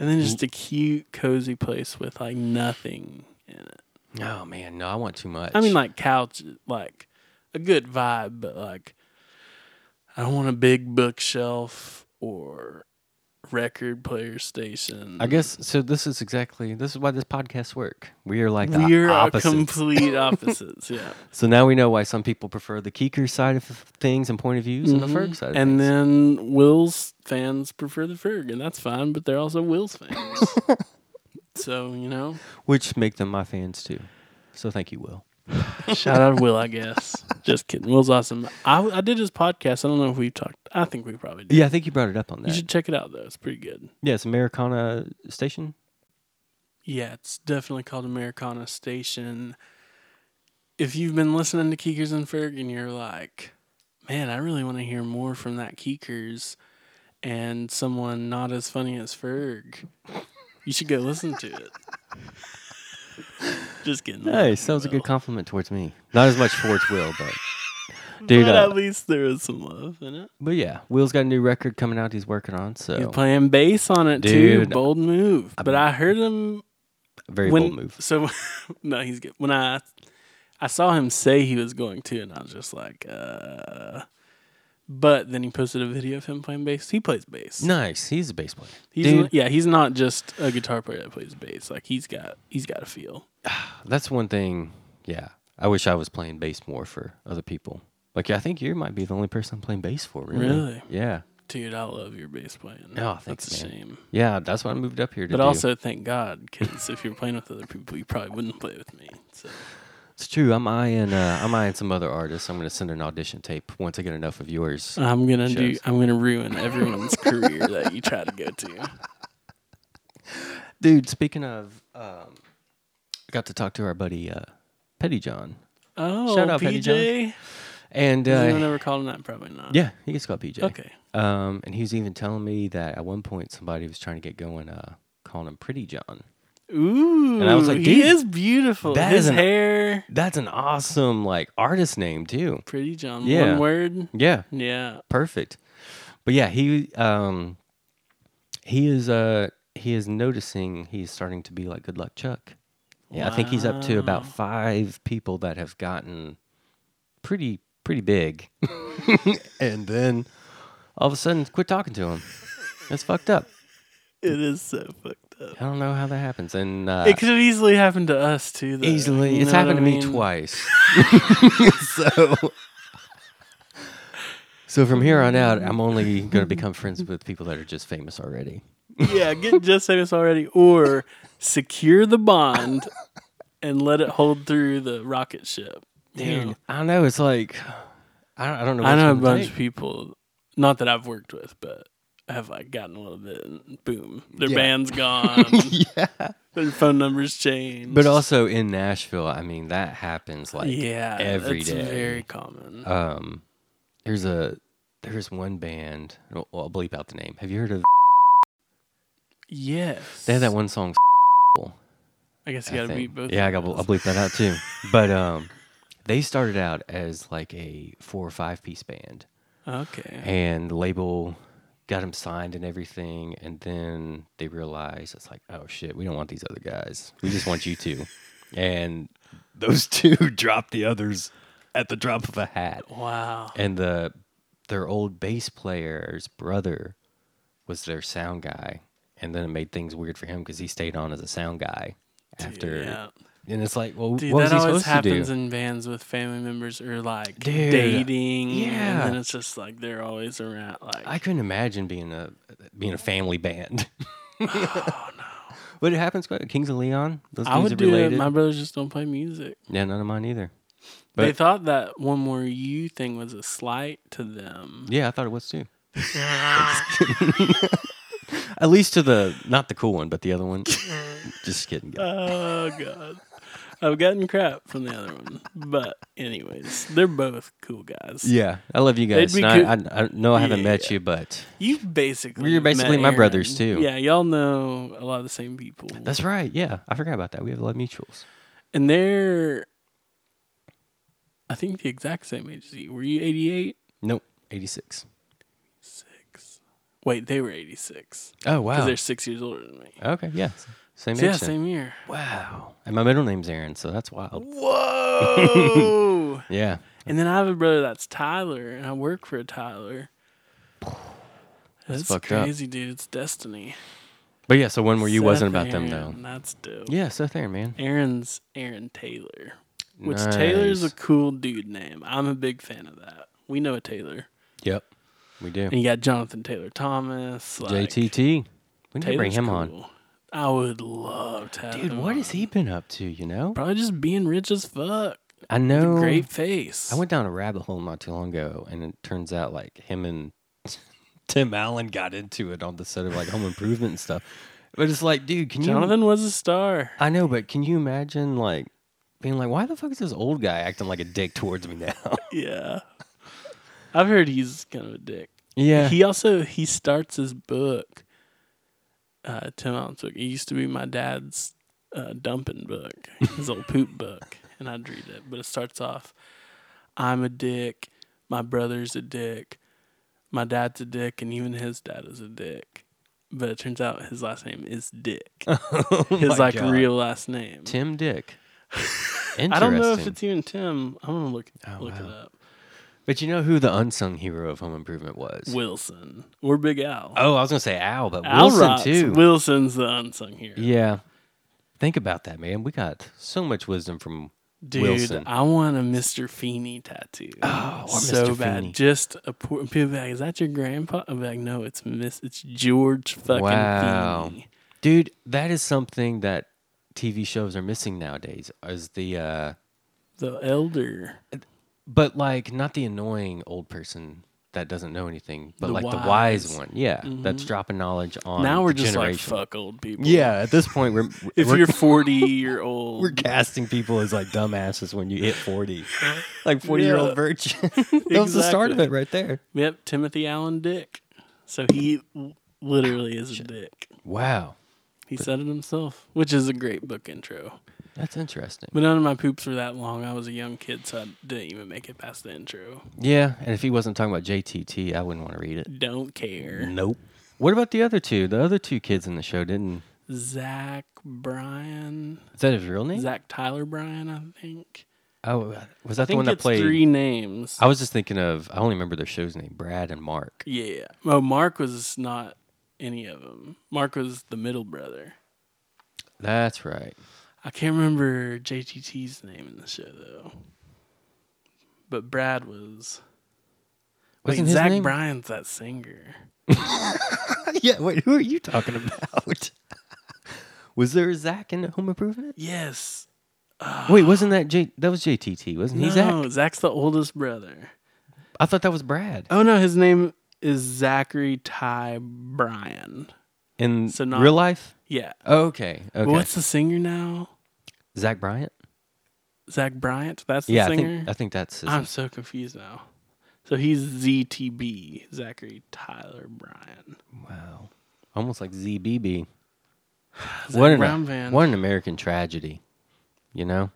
And then just a cute, cozy place with like nothing in it.
oh man, no, I want too much.
I mean, like couch, like a good vibe, but like I don't want a big bookshelf or record player station.
I guess so. This is exactly this is why this podcasts work. We are like the
we're a
opposites.
complete opposites. Yeah.
so now we know why some people prefer the Keeker side of things and point of views, and
Mhm.
the Ferg side. Of
And
things.
then Will's fans prefer the Ferg, and that's fine, but they're also Will's fans. so, you know,
which make them my fans too. So thank you, Will.
shout out Will, I guess. Just kidding. Will's awesome. I, I did his podcast. I don't know if we talked. I think we probably did.
Yeah, I think you brought it up on
You
that.
should check it out, though. It's pretty good.
yeah, it's Americana Station.
Yeah, it's definitely called Americana Station. If you've been listening to Keekers and Ferg and you're like, man, I really want to hear more from that Keekers and someone not as funny as Ferg, you should go listen to it. Just kidding.
Nice. That was a good compliment towards me. Not as much towards Will, but dude.
But um,
uh,
at least there was some love in it.
but yeah, Will's got a new record coming out. He's working on.
You're
So
playing bass on it
Dude.
too. Bold move. But I heard him
very
when
bold move.
so no, he's good. When I I saw him say he was going to, and I was just like, uh. But then he posted a video of him playing bass. He plays bass.
Nice. He's a bass player.
he's
dude,
not- yeah, he's not just a guitar player that plays bass. Like he's got he's got a feel.
That's one thing. Yeah, I wish I was playing bass more for other people. Like, I think you might be the only person I'm playing bass for. Really?
Really?
Yeah.
Dude, I love your bass playing.
Oh, thanks,
That's a
man.
shame.
Yeah. That's why I moved up here to
But
do.
also, thank God, because if you're playing with other people, you probably wouldn't play with me. So
it's true. I'm eyeing. Uh, I'm eyeing some other artists. I'm going to send an audition tape once I get enough of yours.
I'm gonna do.
Shows.
I'm gonna ruin everyone's career that you try to go to.
Dude, speaking of, um, I got to talk to our buddy uh, Petty John,
Oh,
Shout out, Petty
PJ.
John. and
Has anyone
uh,
ever called him that? Probably not.
yeah, he gets called PJ.
Okay.
Um, and he was even telling me that at one point somebody was trying to get going, uh, calling him Pretty John.
Ooh.
I was like,
he
dude,
is beautiful.
that
His
is an-
hair.
That's an awesome like artist name too.
Pretty John.
Yeah.
One word.
Yeah,
Yeah.
perfect. But yeah, he um he is uh he is noticing he's starting to be like Good Luck Chuck. Yeah, I think he's up to about
Wow.
five people that have gotten pretty pretty big, and then all of a sudden quit talking to him. That's fucked up.
It is so fucked up.
I don't know how that happens. And uh,
It could have easily happened to us too. Though.
easily,
You
it's
know what
happened
I
to me
mean?
twice. so, so from here on out, I'm only going to become friends with people that are just famous already.
yeah, get just famous already, or secure the bond and let it hold through the rocket ship. you know?
I don't know. It's like I don't, I don't know.
I
which
know a
one to
bunch
take.
of people, not that I've worked with, but have like gotten a little bit, and boom, their
Yeah.
band's gone, their phone numbers changed.
But also in Nashville, I mean, that happens like
yeah,
every
it's
day.
very common.
Um, there's a there's one band. Well, I'll bleep out the name. Have you heard of?
yes,
They had that one song.
I guess
I
you got to
think.
beat both.
Yeah, I
of
got. I'll
those.
bleep that out too. But um, they started out as like a four or five piece band,
Okay,
and the label got them signed and everything, and then they realized it's like, oh shit, we don't want these other guys. We just want you two, and those two dropped the others at the drop of a hat.
wow.
And the their old bass player's brother was their sound guy, and then it made things weird for him because he stayed on as a sound guy after.
yeah.
And it's like, well,
Dude,
what was
that
he
always
supposed to do?
happens in bands with family members or like
Dude.
dating.
Yeah.
and then it's just like they're always around. Like,
I couldn't imagine being a being a family band. oh no! But it happens. quite- Kings of Leon. Those
I
dudes
would
are
do it.
related.
My brothers just don't play music.
yeah, none of mine either.
they
But-
thought that one more you thing was a slight to them.
Yeah, I thought it was too. At least to the not the cool one, but the other one. Just kidding. guys.
Oh god. I've gotten crap from the other one. But anyways, they're both cool guys.
Yeah, I love you
They'd
guys.
be
and I,
good-
I, I know I haven't
Yeah.
met you, but
You basically
We're basically
met
my
Aaron.
brothers, too.
Yeah, y'all know a lot of the same people.
that's right. Yeah, I forgot about that. We have a lot of mutuals.
and they're I think the exact same age as you. Were you eighty eight?
Nope, eighty six.
Six. Wait, they were eighty six.
Oh
Because
wow.
they're six years older than me.
Okay. Yeah. s- Same
So yeah,
age then.
same year.
Wow. And my middle name's Aaron, so that's wild.
Whoa.
Yeah.
And then I have a brother that's Tyler, and I work for a Tyler. That's
fucked up.
crazy, dude. It's destiny.
But yeah, so one where you wasn't
Seth
about them though.
Aaron, That's dope.
Yeah, Seth Aaron, man.
Aaron's Aaron Taylor, which Taylor's a
Nice.
cool dude name. I'm a big fan of that. We know a Taylor,
Yep, we do.
and you got Jonathan Taylor Thomas. Like,
JTT. We need to bring
Taylor's
him on.
cool. I would love to have
Dude,
him
what
on.
has he been up to, you know?
Probably just being rich as fuck.
I
With
know.
a great face.
I went down a rabbit hole not too long ago, and it turns out like him and Tim Allen got into it on the set of like Home Improvement and stuff. But it's like, dude, can you?
Jonathan was a star.
I know, but can you imagine like being like, why the fuck is this old guy acting like a dick towards me now?
Yeah. I've heard he's kind of a dick.
yeah,
He also he starts his book. Uh, Tim Allen's book. It used to be my dad's uh, dumping book, his old poop book, and I'd read it. But it starts off, "I'm a dick. My brother's a dick. My dad's a dick, and even his dad is a dick." But it turns out his last name is Dick.
Oh my
his like
God.
real last name.
Tim Dick. Interesting.
I don't know if it's even Tim. I'm gonna look
Oh,
look it
wow.
up.
But you know who the unsung hero of Home Improvement was?
Wilson or Big Al.
oh, I was gonna say Al, but
Al
Wilson
rocks.
too.
Wilson's the unsung hero.
yeah. Think about that, man. We got so much wisdom from
Dude,
Wilson.
I want a Mr. Feeney tattoo.
Oh, or
so
Mr.
bad.
Feeney.
Just a poor people be like, is that your grandpa? I'm like, no, it's Miss it's George fucking
Wow.
Feeney.
Dude, that is something that TV shows are missing nowadays. Is the uh
The elder.
but like not the annoying old person that doesn't know anything, but
The
like the wise
wise. Mm-hmm.
one. Yeah, that's dropping knowledge on
now we're
the
just like
generation.
fuck old people.
Yeah, at this point we're
If
we're,
you're 40 year old,
we're casting people as like dumbasses when you hit 40. Like 40-year-old
Yeah.
virgin. that was the start of
Exactly.
it right there.
Yep, Timothy Allen Dick. So he l- literally is a dick.
Wow.
He said it himself, which is a great book intro.
That's interesting.
But none of my poops were that long. I was a young kid, so I didn't even make it past the intro.
Yeah, and if he wasn't talking about JTT, I wouldn't want to read it.
Don't care.
Nope. What about the other two? The other two kids in the show didn't
Zach Bryan,
Is that his real name?
Zach Tyler Bryan, I think.
Oh, uh, was that
I
the
think
one that
it's
played?
three names.
I was just thinking of. I only remember their show's name: Brad and Mark.
yeah. Well, Mark was not any of them. Mark was the middle brother.
That's right.
I can't remember JTT's name in the show though. But Brad was.
Wasn't
wait,
his
Zach
name-
Bryan's that singer.
yeah. Wait, who are you talking about? was there a Zach in Home Improvement?
Yes.
Wait, wasn't that J? That was JTT, wasn't he?
no,
Zach.
Zach's the oldest brother.
I thought that was Brad.
Oh no, his name is Zachary Ty Bryan.
In
so not-
real life.
Yeah.
Oh, okay.
But
Okay.
What's the singer now?
Zach Bryant?
Zach Bryant. That's the
Yeah, I
singer.
think I think that's his.
I'm so confused now. So he's ZTB, Zachary Tyler Bryan.
wow. Almost like ZBB.
Zach
What an,
Brown Van.
what an American tragedy, you know.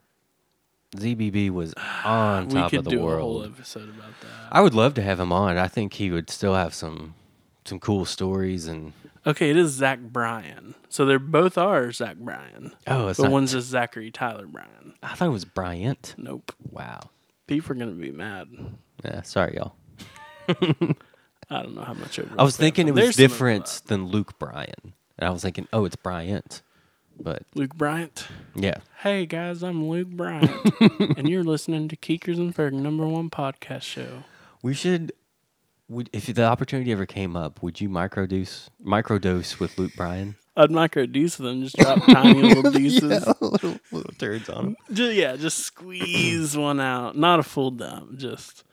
ZBB was on
we
top
could
of the
do
world.
a whole episode about that.
I would love to have him on. I think he would still have some some cool stories and
Okay, it is Zach Bryan. So they're both are Zach Bryan.
oh, it's
but
not,
one's just Zachary Tyler Bryan.
I thought it was Bryant.
Nope.
Wow.
People are gonna be mad.
Yeah, sorry y'all.
I don't know how much
I was thinking it
uh,
was
different.
different than Luke Bryan, and I was thinking, oh, it's Bryant, but
Luke Bryant.
yeah,
Hey guys, I'm Luke Bryant, and you're listening to Keekers and Ferg, number one podcast show.
we should. Would, if the opportunity ever came up, would you microdose microdose with Luke Bryan?
I'd microdose them, just drop tiny little deuces. Ju-
little, little turds on him.
Yeah. Just, squeeze one out. Not a full dump, just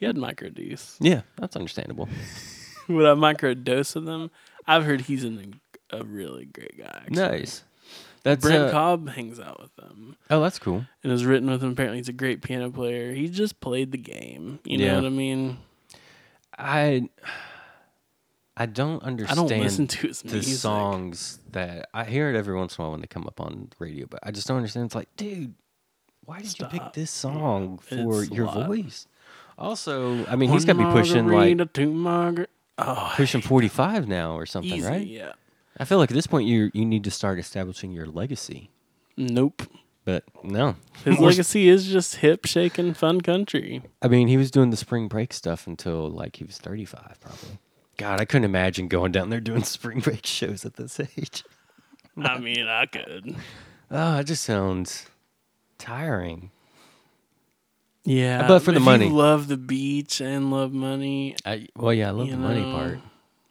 you had microdose.
Yeah, that's understandable.
Would I microdose of them? I've heard he's an, a really great guy. actually.
Nice. That's
Brent
uh,
Cobb hangs out with them
oh, that's cool.
and has written with him. Apparently, he's a great piano player. He just played the game. You know
Yeah.
what I mean?
I I don't
I
understand
don't listen to his
the
music.
songs that I hear it every once in a while when they come up on the radio, but I just don't understand. It's like, dude, why did you pick
Stop.
this song
Yeah,
for
it's a
your
lot.
voice? Also, I mean, he's got
One
to be pushing like
margarita, two margar- Oh,
pushing 45 now or something,
easy,
right?
Yeah.
I feel like at this point you you need to start establishing your legacy.
Nope.
But no.
His
We're-
legacy is just hip shaking fun country.
I mean, he was doing the spring break stuff until like he was 35, probably. God, I couldn't imagine going down there doing spring break shows at this age.
I mean, I could.
Oh, it just sounds tiring.
Yeah,
But for the
if you
money.
love the beach and love money.
I, well, yeah, I love
You
the money
know,
part,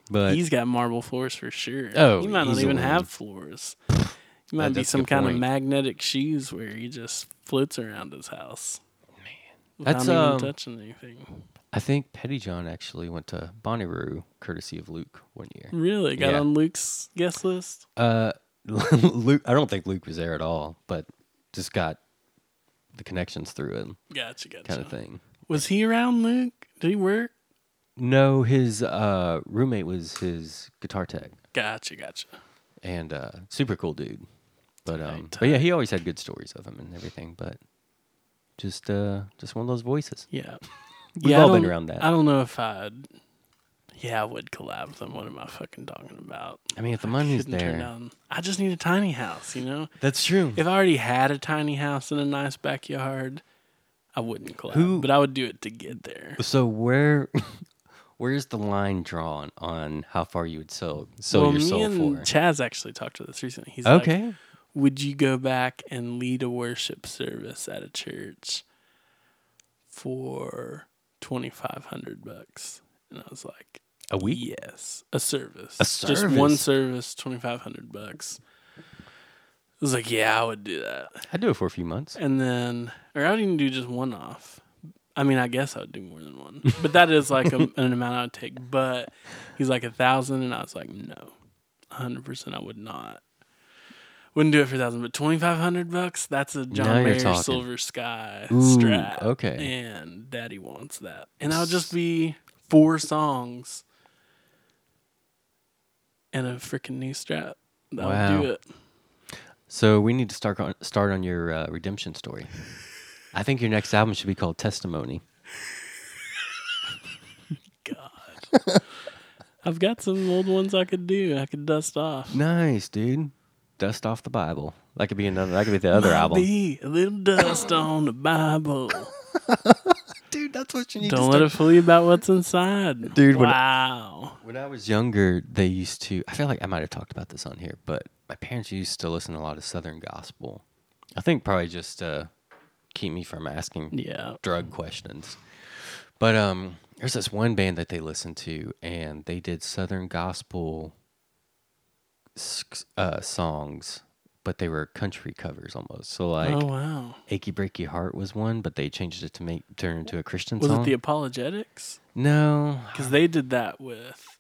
but
he's got marble floors for sure.
Oh,
he might not
easily.
even have floors. He might be
that's a
some
good
kind
point.
of magnetic shoes where he just floats around his house. Man,
That's,
without
um,
even touching anything.
I think Pettyjohn actually went to Bonnaroo courtesy of Luke one year.
Really got
yeah.
on Luke's guest list.
Uh, Luke, I don't think Luke was there at all, but just got the connections through it,
Gotcha, gotcha.
kind of thing.
Was he around Luke? Did he work?
No, his uh, roommate was his guitar tech.
Gotcha, gotcha.
and uh, super cool dude. But um,
Right.
but yeah, he always had good stories of him and everything. But just uh, just one of those voices.
Yeah.
We've
I
all been
don't-
around that.
I
I,
don't know if I'd. Yeah, I would collab with them. What am I fucking talking about?
mean, if the money's
Couldn't turn
there,
down. I just need a tiny house, you know?
that's true.
If I already had a tiny house and a nice backyard, I wouldn't collab.
Who-
But I would do it to get there.
so where where's the line drawn on how far you would sell sell
well,
your
me
soul
and
for?
Chaz actually talked to this recently. He's like,
okay,
would you go back and lead a worship service at a church for 2500 bucks and i was like
a week.
yes a service
A
just one
service?
service 2500 bucks i was like yeah i would do that
I'd do it for a few months.
and then or i would even do just one off i mean i guess i would do more than one but that is like a, an amount i would take but he's like a thousand and i was like no 100% i would not wouldn't do it for a thousand but 2500 bucks that's a
Now
john
you're
mayer
talking.
silver sky
Ooh,
strap
okay.
and daddy wants that and i'll just be four songs and a freaking new strap that
Wow.
would do it
So we need to start on, start on your uh, redemption story. I think your next album should be called Testimony.
I've got some old ones I could do. I could dust off.
Nice, dude. Dust off the Bible. That could be another. That could be the other
Might
album.
Be a little dust on the Bible.
dude. That's what you need.
Don't let it fool you about what's inside,
Dude, when I-
Wow.
When I was younger, they used to. I feel like I might have talked about this on here, but my parents used to listen to a lot of Southern gospel. I think probably just to keep me from asking
yeah.
drug questions. But um, there's this one band that they listened to, and they did Southern gospel s- uh, songs, but they were country covers almost. So like.
oh wow.
Achy Breaky Heart was one, but they changed it to make turn into a Christian
Was
song.
it the Apologetics?
no,
Because they did that with,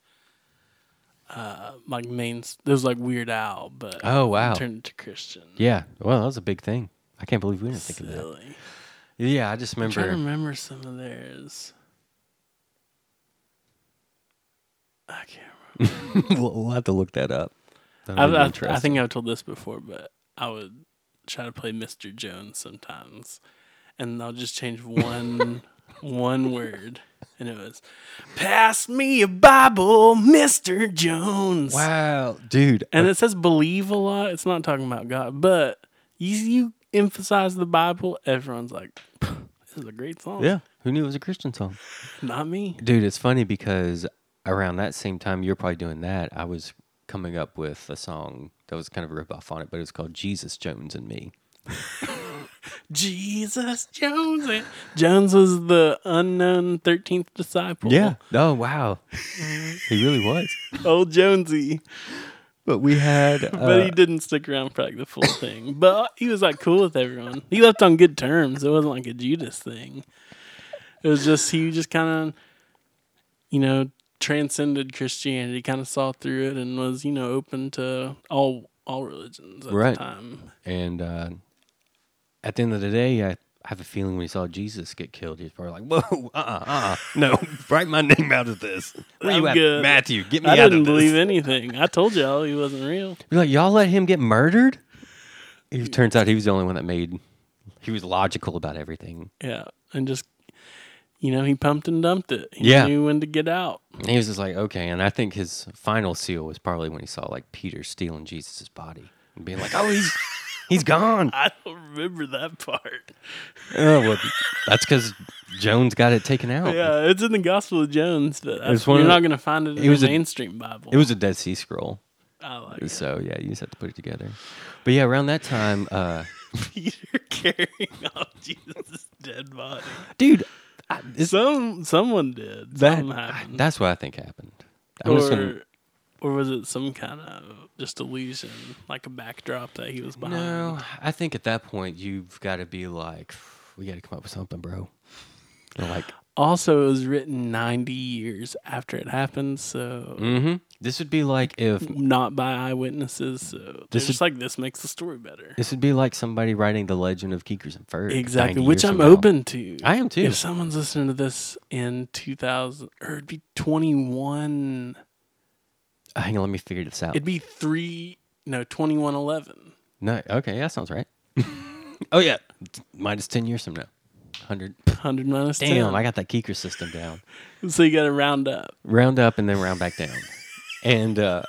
uh, like main. It was like Weird Al, but
Oh, wow.
turned it to Christian.
yeah. Well, that was a big thing. I can't believe we didn't think of that.
Silly.
Yeah, I just
I'm trying to
remember.
remember some of theirs. I can't.
we'll, we'll have to look that up. That'll
I've,
be
I've- I,
interesting.
think I've told this before, but I would try to play Mr. Jones sometimes, and I'll just change one one word, and it was "Pass me a Bible, Mr. Jones."
Wow, dude.
And it says "believe" a lot. It's not talking about God, but you you emphasize the Bible. Everyone's like, "This is a great song."
yeah, who knew it was a Christian song?
not me.
Dude, it's funny because around that same time you're probably doing that, I was coming up with a song that was kind of a ripoff on it, but it was called Jesus Jones and Me.
Jesus Jones. and- Jones was the unknown thirteenth disciple.
Oh wow, he really was.
old Jonesy.
But we had.
But
uh,
he didn't stick around for like the full thing. But he was like cool with everyone. He left on good terms. It wasn't like a Judas thing. It was just he just kind of, you know, transcended Christianity. Kind of saw through it and was you know open to all all religions at
Right.
the time.
And uh, at the end of the day, I have a feeling when he saw Jesus get killed, he's probably like, "Whoa, uh, uh-uh, uh, no, write my name out of this." Where
I'm
you at,
good.
Matthew? Get me
I
out
didn't
of this.
believe anything. I told y'all he wasn't real.
You're like, y'all let him get murdered. It turns out he was the only one that made. He was logical about everything.
Yeah, and just you know he pumped and dumped it. He
Yeah.
knew when to get out.
And he was just like, okay. And I think his final seal was probably when he saw like Peter stealing Jesus' body and being like, "Oh, he's He's gone.
I don't remember that part.
Oh, well, that's because Jones got it taken out.
Yeah, it's in the Gospel of Jones, but I,
It's one
you're
of the-
not going to find it in
it was
the
a-
mainstream Bible.
It was a Dead Sea Scroll.
I like it.
So, yeah, you just have to put it together. But yeah, around that time, uh,
Peter carrying off Jesus' dead body.
dude, I, is
Some someone did.
that,
Something happened.
that's what I think happened. I'm
Oh, or,
just gonna,
or was it some kind of just illusion, like a backdrop that he was behind?
no, I think at that point, you've got to be like, we got to come up with something, bro. And like,
Also, it was written 90 years after it happened, so
mm-hmm. This would be like if
not by eyewitnesses. So
This
this
is-
just like this makes the story better.
This would be like somebody writing the legend of Keekers and Ferg.
Exactly,
90
which
years
I'm
from now.
open to.
I am too.
If someone's listening to this in 2000, or it'd be 21,
Uh, Hang on, let me figure this out.
it'd be three, no, 2111.
no, okay, that sounds right. oh yeah, T- minus ten years from now, hundred.
100 minus
Damn,
10.
I got that Keeker system down.
so you got to round up.
Round up and then round back down. and uh,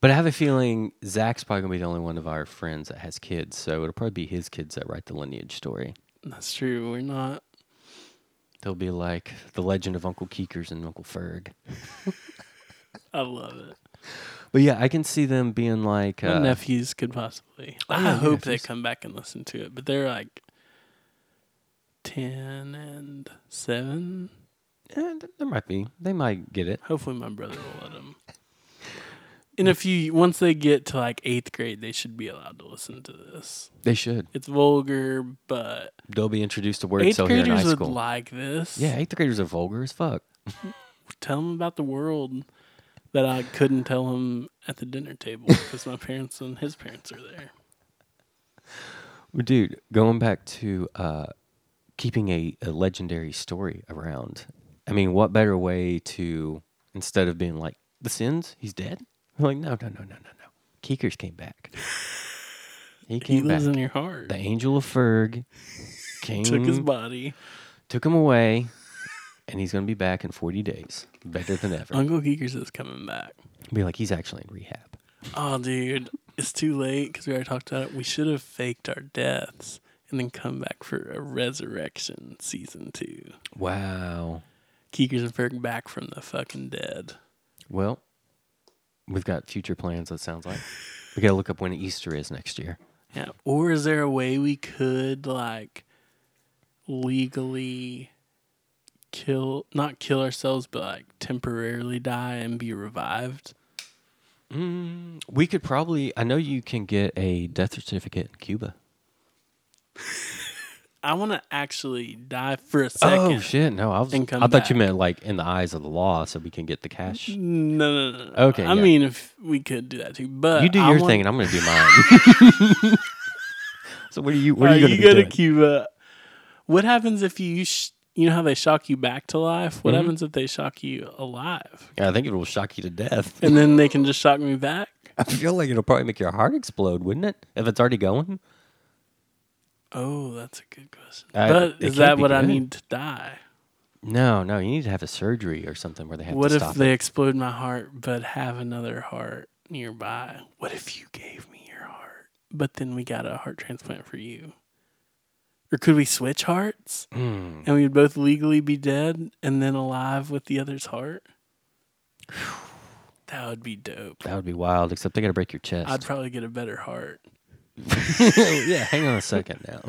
but I have a feeling Zach's probably gonna be the only one of our friends that has kids, so it'll probably be his kids that write the lineage story.
That's true. We're not.
They'll be like the legend of Uncle Keekers and Uncle Ferg.
I love it.
But yeah, I can see them being like,
My
uh,
nephews could possibly. I
yeah,
hope they
nephews.
come back and listen to it, but they're like 10 and 7.
eh, th- there might be, they might get it.
Hopefully, my brother will let them. In a few, once they get to like eighth grade, they should be allowed to listen to this.
They should.
It's vulgar, but
They'll be introduced to words
eighth
they'll hear in high
graders would
school.
like this.
yeah, eighth graders are vulgar as fuck.
Tell them about the world that I couldn't tell him at the dinner table because my parents and his parents are there.
Well, Dude, going back to uh, keeping a, a legendary story around. I mean, what better way to instead of being like the sins, he's dead? We're like, no, no, no, no, no, no. Keekers came back. He
He
came back.
lives in your heart.
the angel of Ferg came,
Took his body.
took him away, and he's gonna be back in forty days, better than ever.
Uncle Geekers is coming back.
be like, he's actually in rehab.
Oh, dude, it's too late because we already talked about it. We should have faked our deaths and then come back for a resurrection season two.
Wow.
Keekers and Ferg back from the fucking dead.
Well, we've got future plans, it sounds like. We gotta look up when Easter is next year.
Yeah. Or is there a way we could like legally kill, not kill ourselves, but like temporarily die and be revived?
Mm, we could probably, I know you can get a death certificate in Cuba.
I want to actually die for a second.
Oh, shit. No, I was, I
And come
thought you
back.
meant like in the eyes of the law so we can get the cash.
No, no, no, no.
Okay,
I
yeah.
mean, if we could do that too, but
You do
I
your
want-
thing and I'm gonna do mine. so, what are you, what are
Alright,
you gonna
Oh, you
be
go to
doing?
Cuba. What happens if you sh- you know how they shock you back to life?
Mm-hmm.
What happens if they shock you alive?
Yeah, I think it will shock you to death.
And then they can just shock me back?
I feel like it'll probably make your heart explode, wouldn't it? If it's already going?
Oh, that's a good question.
Uh, it
but is
could
that
be
what I
good.
need to die?
No, no, you need to have a surgery or something where they have
What
to
if
stop
they
it.
explode my heart but have another heart nearby? What if you gave me your heart, but then we got a heart transplant for you? Or could we switch hearts
Hmm.
and we would both legally be dead and then alive with the other's heart? That would be dope.
That would be wild, except they got to break your chest.
I'd probably get a better heart.
yeah, hang on a second now.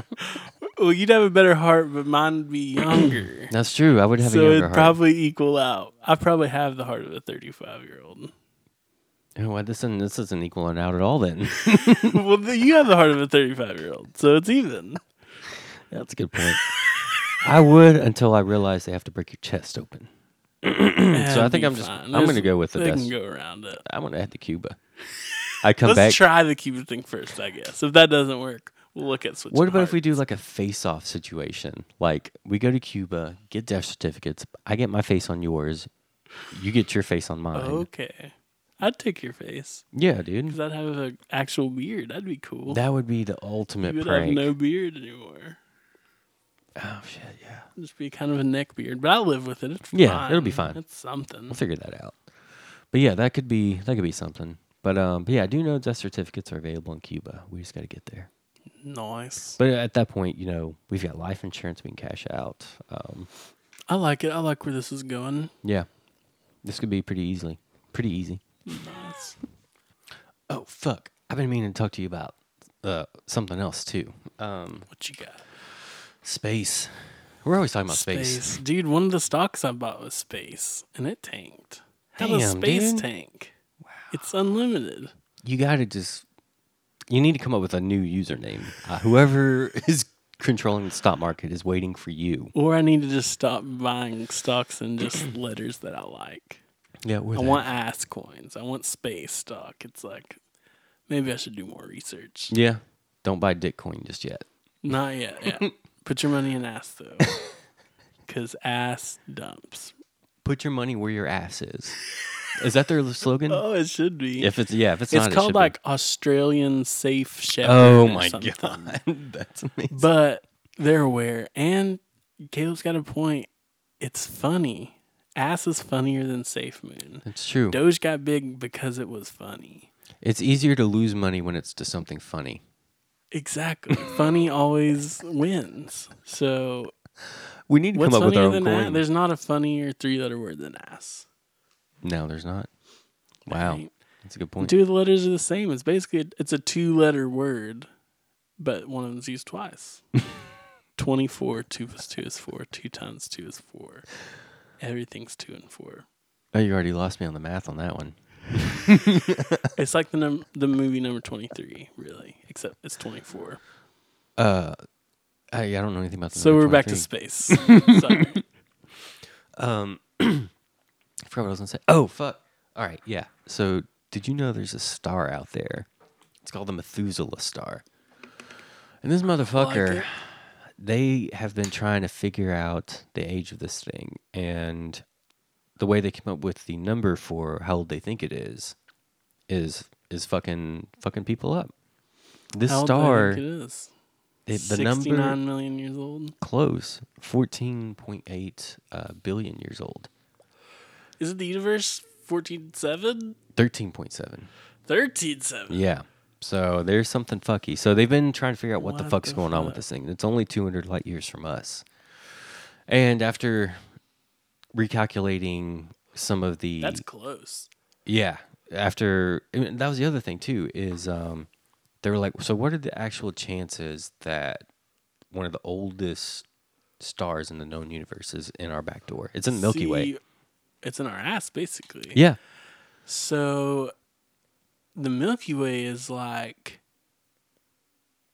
Well, you'd have a better heart, but mine would be younger.
That's true. I would have a
so
younger
it'd
heart.
probably equal out. I probably have the heart of a 35 year old.
Oh, well, this isn't this isn't equaling out at all. Then
well, th- you have the heart of a 35 year old, so it's even.
that's a good point. I would until I realize they have to break your chest open. Hmm, so I think I'm just I'm going to go with the
They
best.
can go around it.
I'm going to head to Cuba. I come
Let's
back.
try the Cuba thing first, I guess. If that doesn't work, we'll look at switching.
what about if we
hearts.
do like a face-off situation? Like we go to Cuba, get death certificates. I get my face on yours. You get your face on mine.
Oh, Okay, I'd take your face
Yeah, dude.
because I'd have an actual beard. That'd be cool.
That would be the ultimate
you would have
prank.
no beard anymore.
oh shit, yeah.
just be kind of a neck beard, but I live with it. It's
Yeah, it'll be fine.
It's something.
We'll figure that out. But yeah, that could be that could be something. But um, but yeah, I do know death certificates are available in Cuba. We just got to get there.
Nice.
But at that point, you know, we've got life insurance we can cash out. Um,
I like it. I like where this is going.
yeah, this could be pretty easily, pretty easy.
Nice.
Oh fuck! I've been meaning to talk to you about uh, something else too. Um,
What you got?
space. We're always talking about space.
Dude, one of the stocks I bought was space and it tanked. How does
Damn,
space
dude.
tank? It's unlimited.
You gotta just. You need to come up with a new username. Uh, whoever is controlling the stock market is waiting for you.
Or I need to just stop buying stocks and just letters that I like.
Yeah, we're
I want ass coins. I want space stock. It's like maybe I should do more research.
Yeah, don't buy Bitcoin just yet.
Not yet. Yeah. Put your money in ass though. Cause ass dumps.
Put your money where your ass is. Is that their slogan?
Oh, it should be.
if it's yeah, if it's,
it's
not, it should
called
be.
like Australian Safe Shepherd.
Oh
or
my
something.
god, that's amazing.
But they're aware. And Caleb's got a point. It's funny. Ass is funnier than Safe Moon.
It's true.
Doge got big because it was funny.
It's easier to lose money when it's to something funny.
Exactly. funny always wins. So
We need to
what's
come up with
funnier
our own
than that?
coin.
There's not a funnier three letter word than ass.
no, there's not. Wow,
Right?
that's a good point.
Two of the letters are the same. It's basically it's a two letter word, but one of them's used twice. Twenty four, two plus two is four, two times two is four. Everything's two and four.
Oh, you already lost me on the math on that one.
It's like the num- the movie number twenty three, really, except it's twenty four.
Uh, I, I don't know anything about the.
So
number
we're back to
23.
space. Sorry.
Um, I forgot what I was gonna say. Oh fuck! All right, yeah. So did you know there's a star out there? It's called the Methuselah star. And this motherfucker,
it.
they have been trying to figure out the age of this thing, and the way they came up with the number for how old they think it is, is is fucking fucking people up. This
How old do I
star,
think it is
it- the
sixty
number
nine million years old.
close, fourteen point eight uh, billion years old.
Is it the universe fourteen seven?
13.7.
Thirteen seven.
Yeah. So there's something fucky. So they've been trying to figure out what, the
What
fuck's
the
going on with
fuck?
this thing. It's only 200 light years from us. And after recalculating some of the
That's close.
yeah, after I mean, that was the other thing too is um they were like so what are the actual chances that one of the oldest stars in the known universe is in our back door? It's in the Milky Way.
See, It's in our ass, basically.
Yeah.
So the Milky Way is like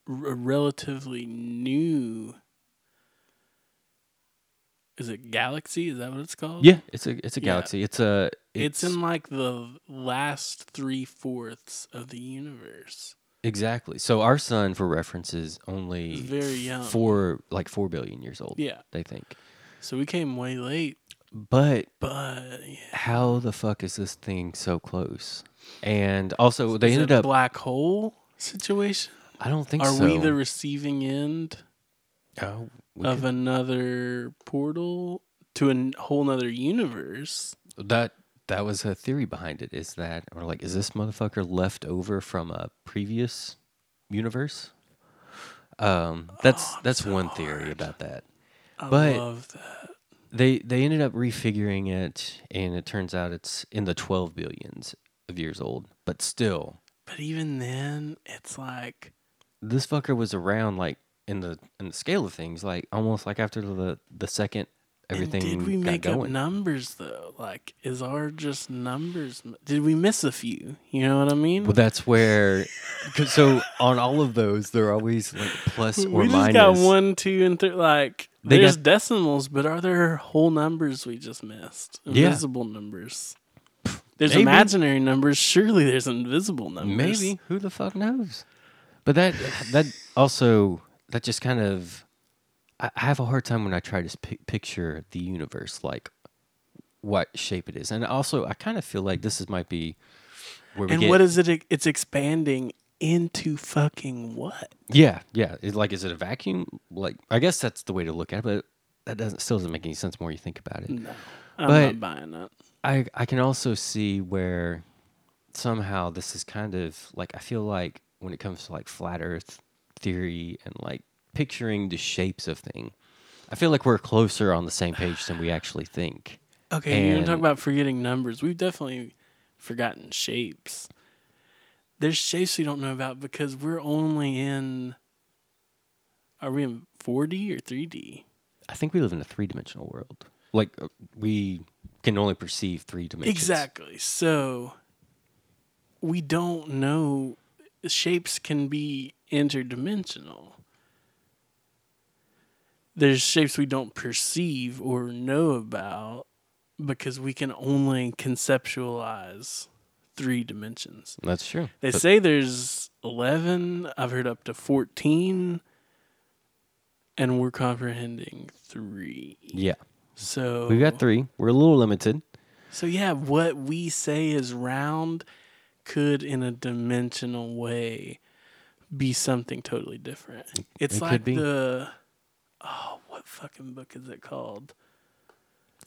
r- a relatively new. Is it galaxy? Is that what it's called?
Yeah, it's a it's a
um, Yeah.
galaxy. It's a
It's, in like the last three fourths of the universe.
Exactly. So our sun, for reference, is only
It's very young.
four like four billion years old.
Yeah.
they think.
So we came way late,
But
but yeah.
how the fuck is this thing so close? And also, they
Is it
ended
a
up.
black hole situation.
I don't think
Are
so.
we the receiving end?
oh, we
of another portal to a n- whole nother universe.
could- that that was a theory behind it. Is that or like is this motherfucker left over from a previous universe? Um,
Oh,
that's that's one theory about that.
I
But-
love that.
they they ended up refiguring it and it turns out it's in the 12 billions of years old but still
But even then, it's like
this fucker was around like in the in the scale of things like almost like after the the second
and
everything
did we
got
make up
going
numbers though? Like, is our just numbers? m- Did we miss a few? You know what I mean?
well that's where 'cause so on all of those they're always like plus or
we just
minus
got one, two, and three. Like,
They
there's
got-
decimals, but are there whole numbers we just missed?
Yeah.
Invisible numbers. There's
Maybe.
imaginary numbers. Surely there's invisible numbers.
Maybe who the fuck knows? But that that also that just kind of I I have a hard time when I try to sp- picture the universe like what shape it is, and also I kind of feel like this is might be where we
And
get
what is it? It's expanding into fucking what?
yeah yeah It's like is it a vacuum like I guess that's the way to look at it, but that doesn't still doesn't make any sense the more you think about it.
I'm
But-
not buying it.
I I can also see where somehow this is kind of like I feel like when it comes to like flat Earth theory and like picturing the shapes of thing. I feel like we're closer on the same page than we actually think.
Okay, you're gonna talk
And-
about forgetting numbers. We've definitely forgotten shapes. There's shapes we don't know about because we're only in. Are we in 4D or 3D?
I think we live in a three dimensional world. Like uh, we can only perceive three dimensions.
Exactly. So we don't know. Shapes can be interdimensional. There's shapes we don't perceive or know about because we can only conceptualize three dimensions.
That's true.
They
But
say there's 11. I've heard up to 14. And we're comprehending three.
yeah,
So
we've got three. We're a little limited.
So yeah, what we say is round could in a dimensional way be something totally different. It's
could
like
be.
the oh, what fucking book is it called?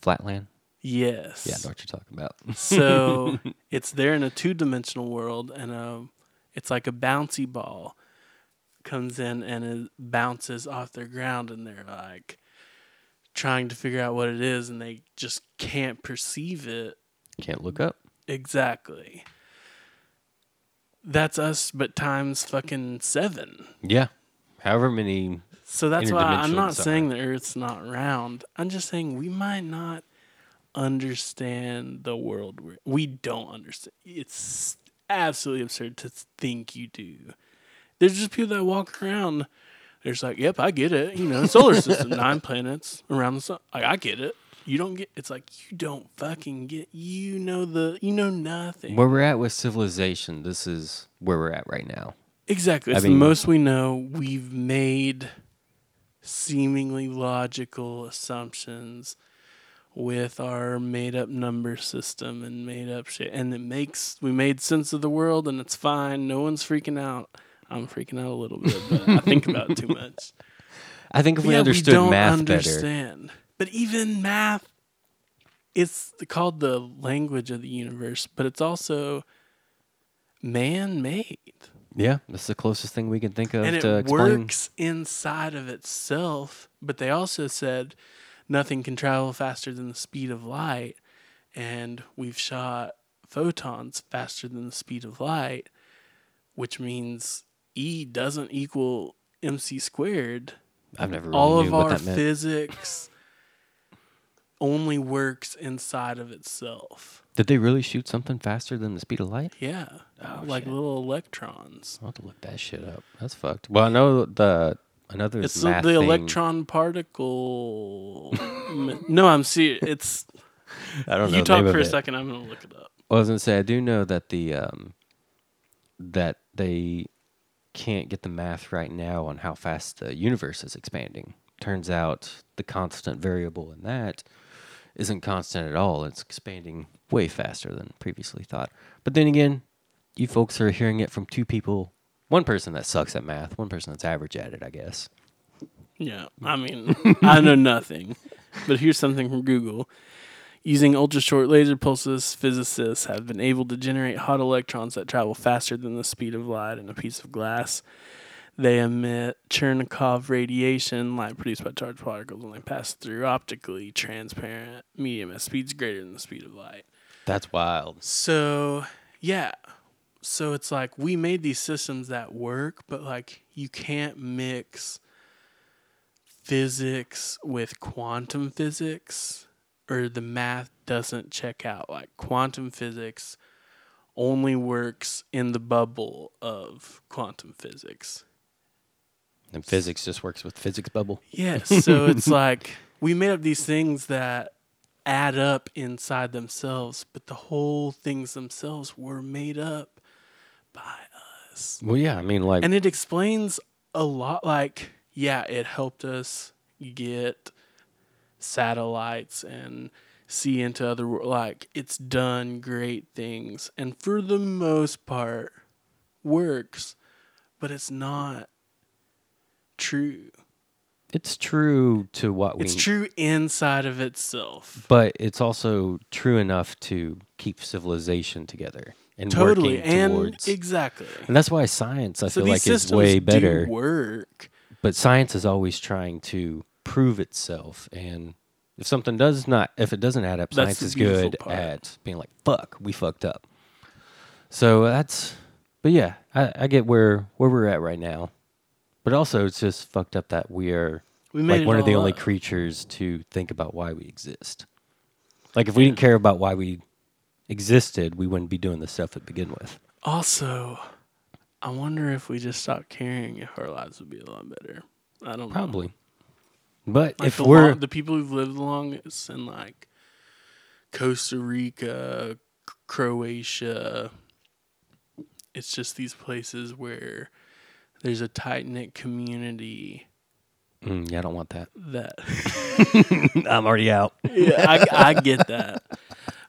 Flatland.
Yes.
Yeah, I know what you're talking about.
So it's there in a two dimensional world, and um, it's like a bouncy ball comes in and it bounces off their ground, and they're like trying to figure out what it is, and they just can't perceive it
Can't look up.
exactly. That's us, but times fucking seven.
Yeah. However many.
So that's why I'm
Interdimensional
not
design.
saying the Earth's not round. I'm just saying we might not understand the world we're, we don't understand. It's absolutely absurd to think you do. There's just people that walk around. They're just like, "Yep, I get it. You know, solar system, nine planets around the sun. Like, I get it. You don't get. It's like you don't fucking get. You know the. You know nothing.
Where we're at with civilization, this is where we're at right now.
Exactly.
I
It's
mean-
the most we know. We've made seemingly logical assumptions with our made up number system and made up shit. And it makes, we made sense of the world and it's fine. No one's freaking out. I'm freaking out a little bit, but I think about it too much.
I think if we
Yeah,
understood math better,
understand. But even math, it's called the language of the universe, but it's also man made
yeah, that's the closest thing we can think of
and
to
it
explain.
works inside of itself. But they also said nothing can travel faster than the speed of light, and we've shot photons faster than the speed of light, which means E doesn't equal mc squared.
I've never really
All
knew
of
what
our
that meant.
physics only works inside of itself.
Did they really shoot something faster than the speed of light?
Yeah,
Oh,
like
shit.
little electrons.
I'll have to look that shit up. That's fucked. Well, I know the another
It's the,
math
the
thing-
electron particle. m- no, I'm serious. It's
I don't know.
you
the name
talk
of
for a
it.
second. I'm gonna look it up.
I was gonna say I do know that the um, that they can't get the math right now on how fast the universe is expanding. Turns out the constant variable in that isn't constant at all. It's expanding way faster than previously thought. But then again, you folks are hearing it from two people. One person that sucks at math, one person that's average at it, I guess.
Yeah, I mean, I know nothing, but here's something from Google. Using ultra short laser pulses, physicists have been able to generate hot electrons that travel faster than the speed of light in a piece of glass. They emit Chernikov radiation, light produced by charged particles when they pass through optically transparent medium at speeds greater than the speed of light.
That's wild.
So, yeah. So it's like we made these systems that work, but like you can't mix physics with quantum physics or the math doesn't check out. Like quantum physics only works in the bubble of quantum physics.
And physics just works with physics bubble.
Yes. So it's like we made up these things that add up inside themselves, but the whole things themselves were made up by us.
Well, yeah, I mean, like,
And it explains a lot. Like, yeah, it helped us get satellites and see into other world. Like, it's done great things. And for the most part, works, but it's not true.
it's true to what we
It's true inside of itself.
but it's also true enough to keep civilization together and
totally
working
and
towards.
exactly.
and that's why science I
so
feel
these
like is
systems
way
do
better.
work.
But science is always trying to prove itself and if something does not if it doesn't add up,
That's
science
the
is
beautiful
good
part.
at being like, fuck, we fucked up. So that's but yeah, I, I get where where we're at right now. But also it's just fucked up that we are
We made
like
it
one of the
all
only
up.
creatures to think about why we exist. Like if we didn't care about why we existed, we wouldn't be doing this stuff to begin with.
Also, I wonder if we just stopped caring, if our lives would be a lot better. I don't know.
Probably. But
Like
if
the
we're
long, the people who've lived the longest in like Costa Rica, C- Croatia, it's just these places where there's a tight knit community
Mm, yeah, I don't want that.
that
I'm already out.
yeah, I, I get that.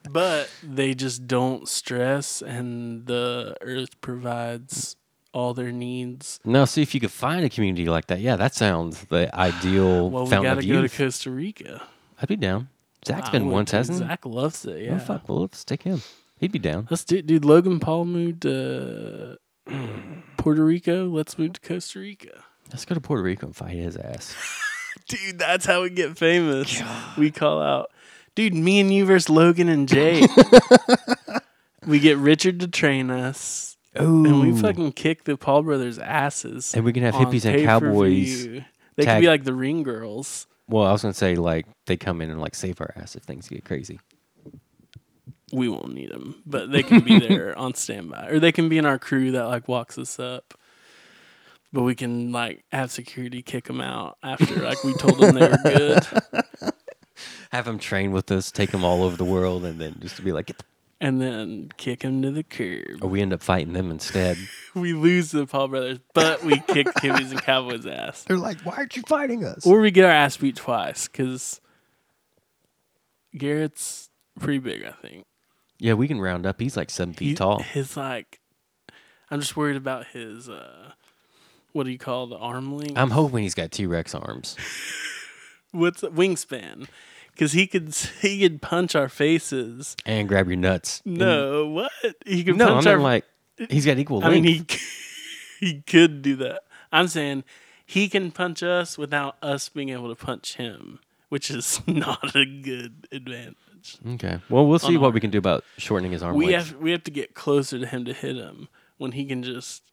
But they just don't stress, and the earth provides all their needs.
No, see if you could find a community like that. Yeah, that sounds the ideal
Well, we
fountain
got
of
to go to
youth.
Costa Rica.
I'd be down. Zach's
I
been
would
once,
too.
hasn't he?
Zach loves it.
Oh,
Yeah.
fuck. Well, let's take him. He'd be down.
Let's do, dude. Logan Paul moved to Puerto Rico. Let's move to Costa Rica.
Let's go to Puerto Rico and fight his ass.
Dude, that's how we get famous. We call out, dude. Me and you versus Logan and Jay. we get Richard to train us,
Oh,
and we fucking kick the Paul brothers' asses.
And we can have
on
hippies and cowboys.
pay-per-view. They could
tag-
be like the ring girls.
Well, I was gonna say like they come in and like save our ass if things get crazy.
We won't need them, but they can be there on standby, or they can be in our crew that like walks us up. But we can like have security kick them out after like we told them they were good,
Have them train with us, take them all over the world, and then just to be like, "Get the
and then kick them to the curb.
or we end up fighting them instead.
We lose the Paul brothers, but we kick Kibbies and Cowboys' ass,
They're like, why aren't you fighting us?
or we get our ass beat twice because Garrett's pretty big, I think.
yeah, we can round up. He's like seven feet
He-
tall.
His like, I'm just worried about his uh, what do you call the arm length?
I'm hoping he's got T Rex arms.
What's the wingspan? Because he could s- he could punch our faces.
And grab your nuts.
No, what he could
And- no, I
punch
mean
our.
like he's got equal
I
length.
mean he c- he could do that. I'm saying he can punch us without us being able to punch him, which is not a good advantage.
okay. Well, we'll see
on
what
our-
we can do about shortening his arm
We
length.
have we have to get closer to him to hit him when he can just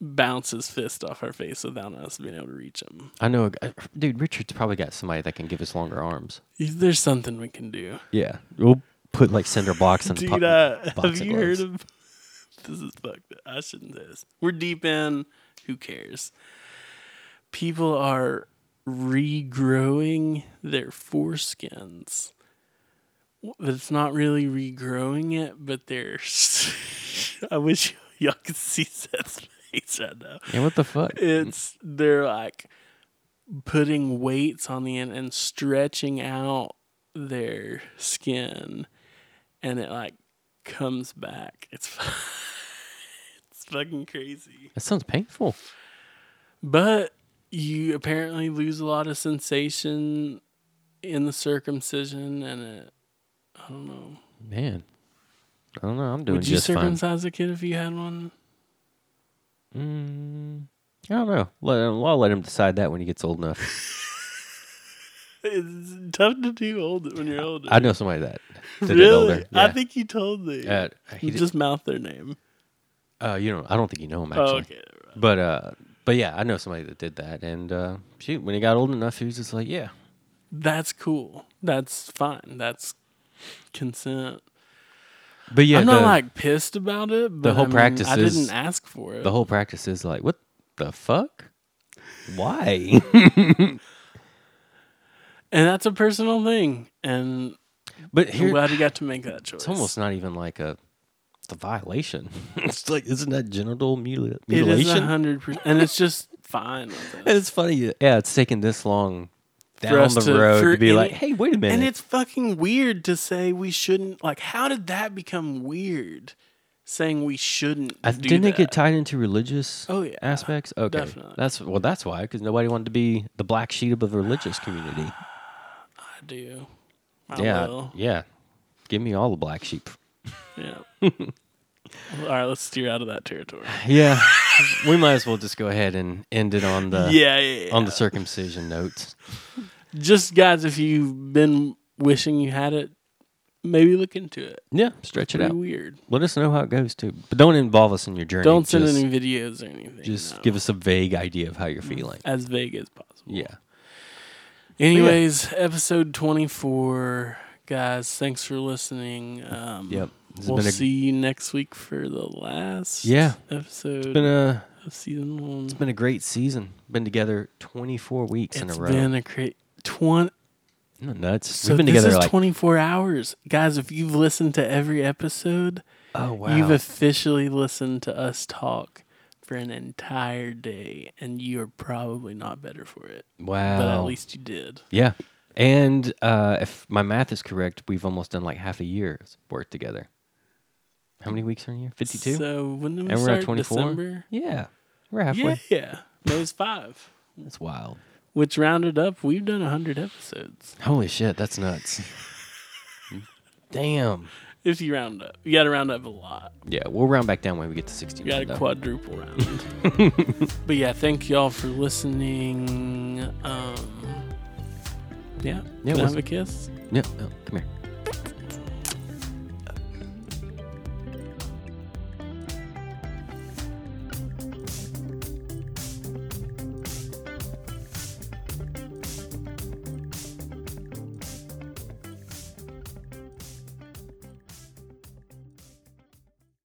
bounce his fist off our face without us being able to reach him.
I know, a guy, dude. Richard's probably got somebody that can give us longer arms.
There's something we can do.
Yeah, we'll put like cinder blocks and
Dude,
pop-
uh, have
boxing
you heard
gloves.
of this? Is fucked. up. I shouldn't say this. We're deep in. Who cares? People are regrowing their foreskins. W- It's not really regrowing it, but they're. I wish y'all could see Seth's face right now.
yeah. What the fuck?
It's they're like putting weights on the end and stretching out their skin, and it like comes back. It's fu- it's fucking crazy.
That sounds painful.
But you apparently lose a lot of sensation in the circumcision, and it. I don't know.
Man, I don't know. I'm doing
Would you
just fine.
circumcise a kid if you had one?
Mm, I don't know. Let, I'll let him decide that when he gets old enough.
It's tough to do old when you're older.
I know somebody that that did
really?
older.
I
Yeah.
think you told me.
Uh, he
You
did-
just mouth their name.
uh, you know, I don't think you know him actually.
Oh, okay.
But uh, but yeah, I know somebody that did that, and uh, shoot, when he got old enough, he was just like, yeah,
That's cool. That's fine. That's consent.
but yeah,
I'm not
the,
like pissed about it, but
whole
I mean,
practice
I
is-
didn't ask for it.
the whole practice is like, what the fuck? Why?
and that's a personal thing. And
but
I'm
here,
glad you got to make that choice.
it's almost not even like a, it's a violation. it's like, isn't that genital mutil-
it is
mutilation?
hundred percent, and it's just fine. With us.
And it's funny, yeah, it's taken this long down
us
the
to-
road
for
to be
any-
like, hey, wait a minute,
And it's fucking weird to say we shouldn't. Like, how did that become weird? Saying we shouldn't.
I,
do
didn't it get
that?
tied into religious
Oh, yeah,
aspects? Okay,
definitely.
that's well, that's why because nobody wanted to be the black sheep of the religious community.
I do. I Oh,
yeah,
will.
yeah. Give me all the black sheep.
Yeah. All right, let's steer out of that territory.
Yeah, we might as well just go ahead and end it on the
yeah, yeah, yeah.
on the circumcision note.
Just guys, if you've been wishing you had it, maybe look into it.
Yeah, stretch it
Pretty
out.
weird.
Let us know how it goes too, but don't involve us in your journey.
Don't send
just,
any videos or anything.
Just
no.
give us a vague idea of how you're feeling.
as vague as possible.
Yeah.
Anyways, episode twenty four, guys. Thanks for listening. Um,
Yep. This has
we'll
been a-
see you next week for the last
Yeah.
episode
It's been a
of season one.
it's been a great season. Been together 24 weeks in a
It's
row.
been a great twenty.
You're nuts.
So
We've been
this
together
is
like
24 hours, guys. If you've listened to every episode,
oh wow.
you've officially listened to us talk for an entire day, and you are probably not better for it.
wow.
But at least you did.
yeah. And uh, if my math is correct, we've almost done like half a year's work together. How many weeks are in a year? 52.
So when did we
and we're
start?
at 24.
December.
Yeah. We're halfway.
Yeah, yeah. That was five.
That's wild.
Which rounded up, we've done 100 episodes.
Holy shit, that's nuts. Damn.
If you round up, you got to round up a lot.
Yeah, we'll round back down when we get to 16.
You got to
though.
quadruple round. but yeah, thank y'all for listening. Um, yeah,
Yeah,
can I
was-
have a kiss?
No, no, come here.